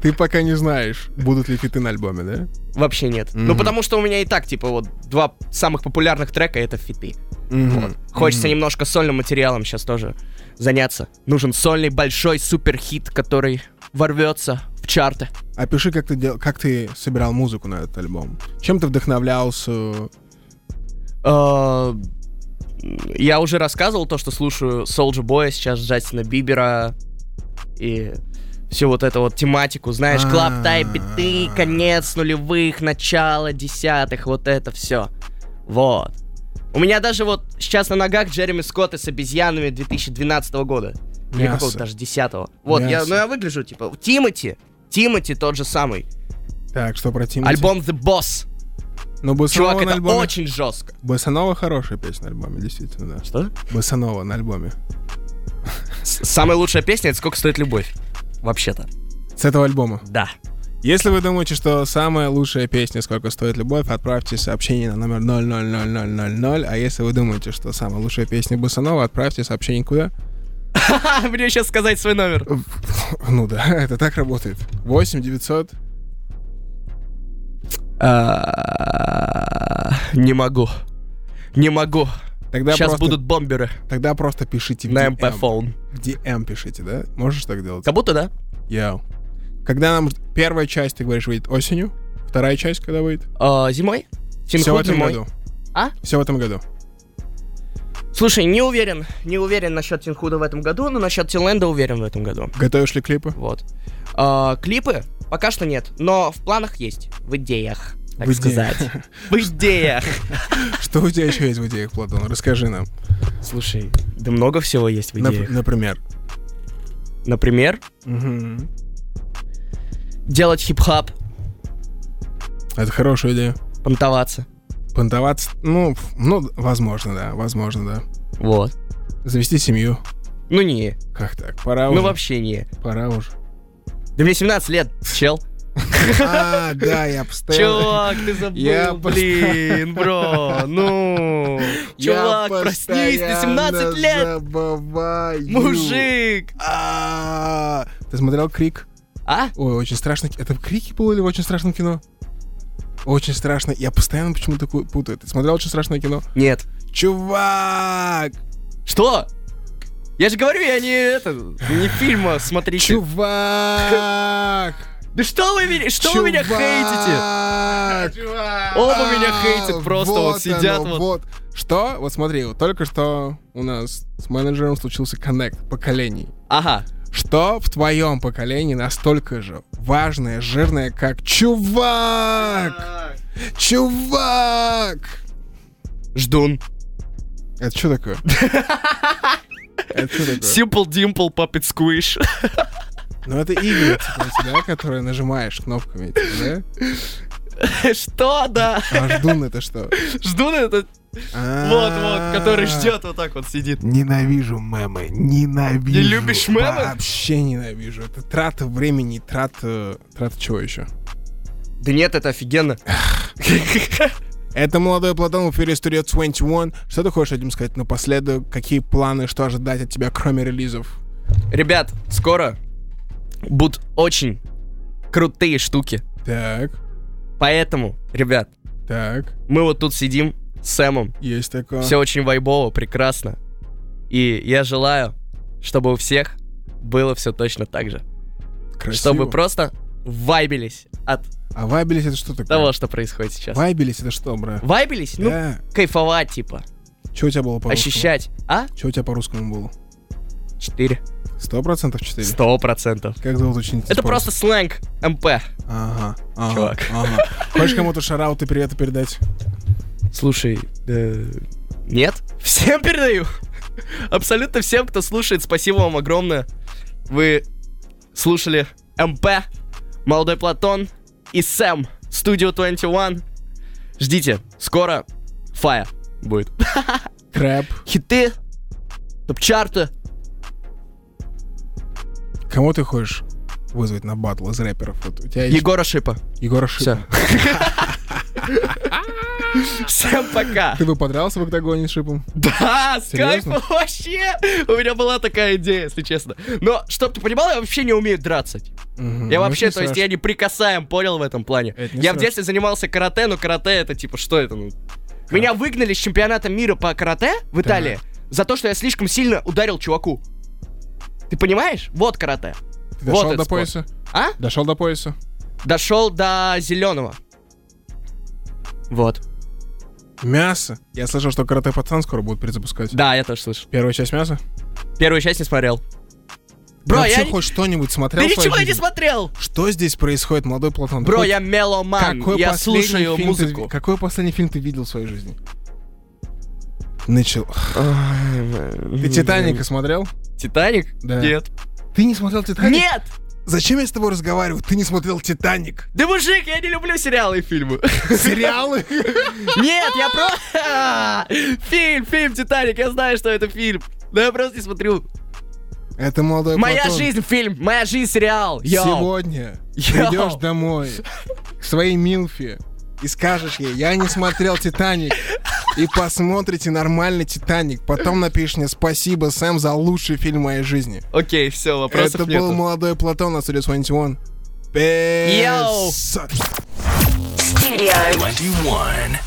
Speaker 3: Ты пока не знаешь, будут ли фиты на альбоме, да?
Speaker 4: Вообще нет. Ну,
Speaker 3: Мгм.
Speaker 4: потому что у меня и так, типа, вот два самых популярных трека это фиты. Вот. Хочется немножко сольным материалом сейчас тоже заняться. Нужен сольный большой суперхит, который ворвется в чарты.
Speaker 3: Опиши, А как ты, дел... как ты собирал музыку на этот альбом. Чем ты вдохновлялся?
Speaker 4: Э, Я уже рассказывал то, что слушаю Soulja Боя сейчас, Джастина Бибера и всю вот эту вот тематику, знаешь,
Speaker 3: А.
Speaker 4: Клаб Тай биты, конец нулевых, начало десятых, вот это все. Вот. У меня даже вот сейчас на ногах Джереми Скотта с обезьянами 2012 года. Или
Speaker 3: Мясо.
Speaker 4: какого-то даже 10 Вот, я,
Speaker 3: Мясо.
Speaker 4: ну я выгляжу, типа, Тимати, Тимати тот же самый.
Speaker 3: Так, что про Тимати?
Speaker 4: Альбом The Boss.
Speaker 3: Ну, Босанова
Speaker 4: Чувак,
Speaker 3: на
Speaker 4: это
Speaker 3: альбоме...
Speaker 4: очень жестко.
Speaker 3: Босанова хорошая песня на альбоме, действительно, да.
Speaker 4: Что?
Speaker 3: Босанова на альбоме.
Speaker 4: Самая лучшая песня это сколько стоит любовь. Вообще-то.
Speaker 3: С этого альбома.
Speaker 4: Да.
Speaker 3: Если вы думаете, что самая лучшая песня «Сколько стоит любовь», отправьте сообщение на номер 0000000. А если вы думаете, что самая лучшая песня Босанова, отправьте сообщение куда?
Speaker 4: <laughs>
Speaker 3: <laughs>
Speaker 4: Мне сейчас сказать свой номер.
Speaker 3: Ну да, <laughs> это так работает. 8 900.
Speaker 4: Не могу. Не могу.
Speaker 3: Тогда
Speaker 4: Сейчас
Speaker 3: просто,
Speaker 4: будут бомберы
Speaker 3: Тогда просто пишите в
Speaker 4: на
Speaker 3: DM.
Speaker 4: MP-фон.
Speaker 3: В DM пишите, да? Можешь так делать?
Speaker 4: Эм. Как будто, да?
Speaker 3: Я. Когда нам первая часть, ты говоришь, выйдет осенью? Вторая часть когда выйдет?
Speaker 4: А, Зимой?
Speaker 3: Все в
Speaker 4: Финхуд
Speaker 3: этом
Speaker 4: зимой.
Speaker 3: году.
Speaker 4: А?
Speaker 3: Все в этом году.
Speaker 4: Слушай, не уверен. Не уверен насчет Тинхуда в этом году, но насчет Тинленда уверен в этом году.
Speaker 3: Готовишь ли клипы?
Speaker 4: Вот. А, Клипы? Пока что нет, но в планах есть. В идеях. Так
Speaker 3: В идеях.
Speaker 4: сказать. В идеях.
Speaker 3: Что у тебя еще есть в идеях, Платон? Расскажи нам.
Speaker 4: Слушай, да много всего есть в
Speaker 3: Нап-
Speaker 4: идеях.
Speaker 3: например.
Speaker 4: Например,
Speaker 3: Мгм.
Speaker 4: делать хип-хап,
Speaker 3: Это хорошая идея.
Speaker 4: понтоваться.
Speaker 3: Понтоваться, ну, ф- ну, возможно, да, возможно,
Speaker 4: Вот.
Speaker 3: да. Завести семью.
Speaker 4: Ну не,
Speaker 3: Как так? Пора
Speaker 4: ну
Speaker 3: уже.
Speaker 4: вообще не.
Speaker 3: Пора уже.
Speaker 4: Да мне 17 лет, чел.
Speaker 3: <laughs> А, да, я поставил.
Speaker 4: Чувак, ты забыл,
Speaker 3: Я
Speaker 4: блин, бро, <laughs> ну. Чувак, проснись, ты 17 лет, мужик.
Speaker 3: А, Ты смотрел Крик?
Speaker 4: А?
Speaker 3: Ой, очень страшно. Это в Крике было или в очень страшном кино? Очень страшно. Я постоянно почему-то ку- путаю. Ты смотрел очень страшное кино?
Speaker 4: Нет.
Speaker 3: Чувак!
Speaker 4: Что? Я же говорю, я не это, не фильма смотрите.
Speaker 3: Чувак!
Speaker 4: <laughs> Да что вы меня, что вы меня хейтите?
Speaker 3: хейтите?
Speaker 4: Оба меня хейтят просто, вот, сидят
Speaker 3: оно,
Speaker 4: вот.
Speaker 3: Что? Вот смотри, вот только что у нас с менеджером случился коннект поколений.
Speaker 4: Ага.
Speaker 3: Что в твоем поколении настолько же важное, жирное, как чувак? Чувак!
Speaker 4: Ждун.
Speaker 3: Это что
Speaker 4: <laughs>
Speaker 3: такое? Это что такое?
Speaker 4: Simple Dimple Puppet Squish. <laughs>
Speaker 3: Ну это игры, типа, у тебя, которые нажимаешь кнопками, типа,
Speaker 4: Что, да?
Speaker 3: да? А ждун
Speaker 4: <laughs>
Speaker 3: это что?
Speaker 4: Ждун это Вот, вот, который ждет, вот так вот сидит.
Speaker 3: Ненавижу мемы, ненавижу.
Speaker 4: Не любишь мемы?
Speaker 3: Вообще ненавижу. Это трата времени, и трата... Трата чего еще?
Speaker 4: Да нет, это <laughs> офигенно.
Speaker 3: Это «Молодой Платон» в эфире Studio 21. Что ты хочешь этим сказать напоследок? Какие планы, что ожидать от тебя, кроме релизов?
Speaker 4: Ребят, скоро будут очень крутые штуки.
Speaker 3: Так,
Speaker 4: Поэтому, ребят,
Speaker 3: так,
Speaker 4: мы вот тут сидим с Сэмом.
Speaker 3: есть такое.
Speaker 4: Все очень вайбово, прекрасно. И я желаю, чтобы у всех было все точно так же.
Speaker 3: Красиво.
Speaker 4: Чтобы просто вайбились от
Speaker 3: А вайбились это что такое?
Speaker 4: того, что происходит сейчас.
Speaker 3: Вайбились это что, бра?
Speaker 4: Вайбились? Ну,
Speaker 3: Да.
Speaker 4: кайфовать, типа.
Speaker 3: Что у тебя было по-русскому?
Speaker 4: Ощущать. А?
Speaker 3: Что у тебя по-русскому было?
Speaker 4: Четыре.
Speaker 3: Сто процентов четыре?
Speaker 4: Сто процентов.
Speaker 3: Как зовут ученица?
Speaker 4: Это
Speaker 3: спорта?
Speaker 4: просто сленг эм МП.
Speaker 3: Ага, ага,
Speaker 4: Чувак.
Speaker 3: ага. Хочешь кому-то шараут и привет передать?
Speaker 4: Слушай, э, нет, всем передаю. Абсолютно всем, кто слушает, спасибо вам огромное. Вы слушали МП, Молодой Платон и Сэм, Studio 21. Ждите, скоро фая будет.
Speaker 3: Крэп.
Speaker 4: Хиты, топ-чарты.
Speaker 3: Кому ты хочешь вызвать на батл из рэперов? Вот у тебя есть
Speaker 4: Егора Шипа.
Speaker 3: Егора Шипа.
Speaker 4: Все. Всем пока.
Speaker 3: <laughs> Ты бы подрался в октагоне с Шипом?
Speaker 4: <laughs> Да, с
Speaker 3: Серьезно?
Speaker 4: кайфом вообще. У меня была такая идея, если честно. Но, чтоб ты понимал, я вообще не умею драться. типа.
Speaker 3: Мгм.
Speaker 4: Я
Speaker 3: Ну,
Speaker 4: вообще,
Speaker 3: это
Speaker 4: то
Speaker 3: не
Speaker 4: есть, я не прикасаем, понял в этом плане.
Speaker 3: Это не
Speaker 4: Я в
Speaker 3: страшно.
Speaker 4: детстве занимался карате, но карате это типа, что это? ну? Меня выгнали с чемпионата мира по карате в Италии за то, что я слишком сильно ударил чуваку. Ты понимаешь? Вот карате.
Speaker 3: Ты дошел
Speaker 4: вот
Speaker 3: до
Speaker 4: этот спорт.
Speaker 3: пояса?
Speaker 4: А?
Speaker 3: Дошел до пояса?
Speaker 4: Дошел до зеленого. Вот.
Speaker 3: Мясо. Я слышал, что карате пацан скоро будут перезапускать.
Speaker 4: Да, я тоже слышал.
Speaker 3: Первая часть мяса?
Speaker 4: Первую часть не смотрел.
Speaker 3: Ты
Speaker 4: Бро,
Speaker 3: вообще
Speaker 4: я... не-
Speaker 3: хоть что-нибудь смотрел
Speaker 4: Да
Speaker 3: в своей
Speaker 4: ничего я не
Speaker 3: жизни?
Speaker 4: смотрел!
Speaker 3: Что здесь происходит, молодой Платон?
Speaker 4: Бро,
Speaker 3: Хоть
Speaker 4: я меломан,
Speaker 3: какой
Speaker 4: я
Speaker 3: последний
Speaker 4: слушаю
Speaker 3: фильм ты-
Speaker 4: музыку.
Speaker 3: какой последний фильм ты видел в своей жизни? Начал. Ты Титаника смотрел?
Speaker 4: Титаник?
Speaker 3: Да.
Speaker 4: Нет.
Speaker 3: Ты не смотрел Титаник?
Speaker 4: Нет!
Speaker 3: Зачем я с тобой разговариваю? Ты не смотрел Титаник?
Speaker 4: Да мужик, я не люблю сериалы и
Speaker 3: <laughs>
Speaker 4: фильмы.
Speaker 3: Сериалы?
Speaker 4: Нет, я про... <laughs> Фильм, фильм «Титаник», я знаю, что это фильм. Но я просто не смотрю.
Speaker 3: Это молодой
Speaker 4: Моя
Speaker 3: Платон.
Speaker 4: жизнь фильм, моя жизнь сериал. Йоу.
Speaker 3: Сегодня
Speaker 4: Йоу.
Speaker 3: придешь домой к своей Милфе и скажешь ей, я не смотрел Титаник. И посмотрите нормальный Титаник. Потом напишешь мне спасибо, Сэм, за лучший фильм моей жизни.
Speaker 4: Окей, все, вопросов
Speaker 3: Это был
Speaker 4: нету.
Speaker 3: молодой Платон на Studio 21. Peace.
Speaker 1: Studio.
Speaker 6: 21.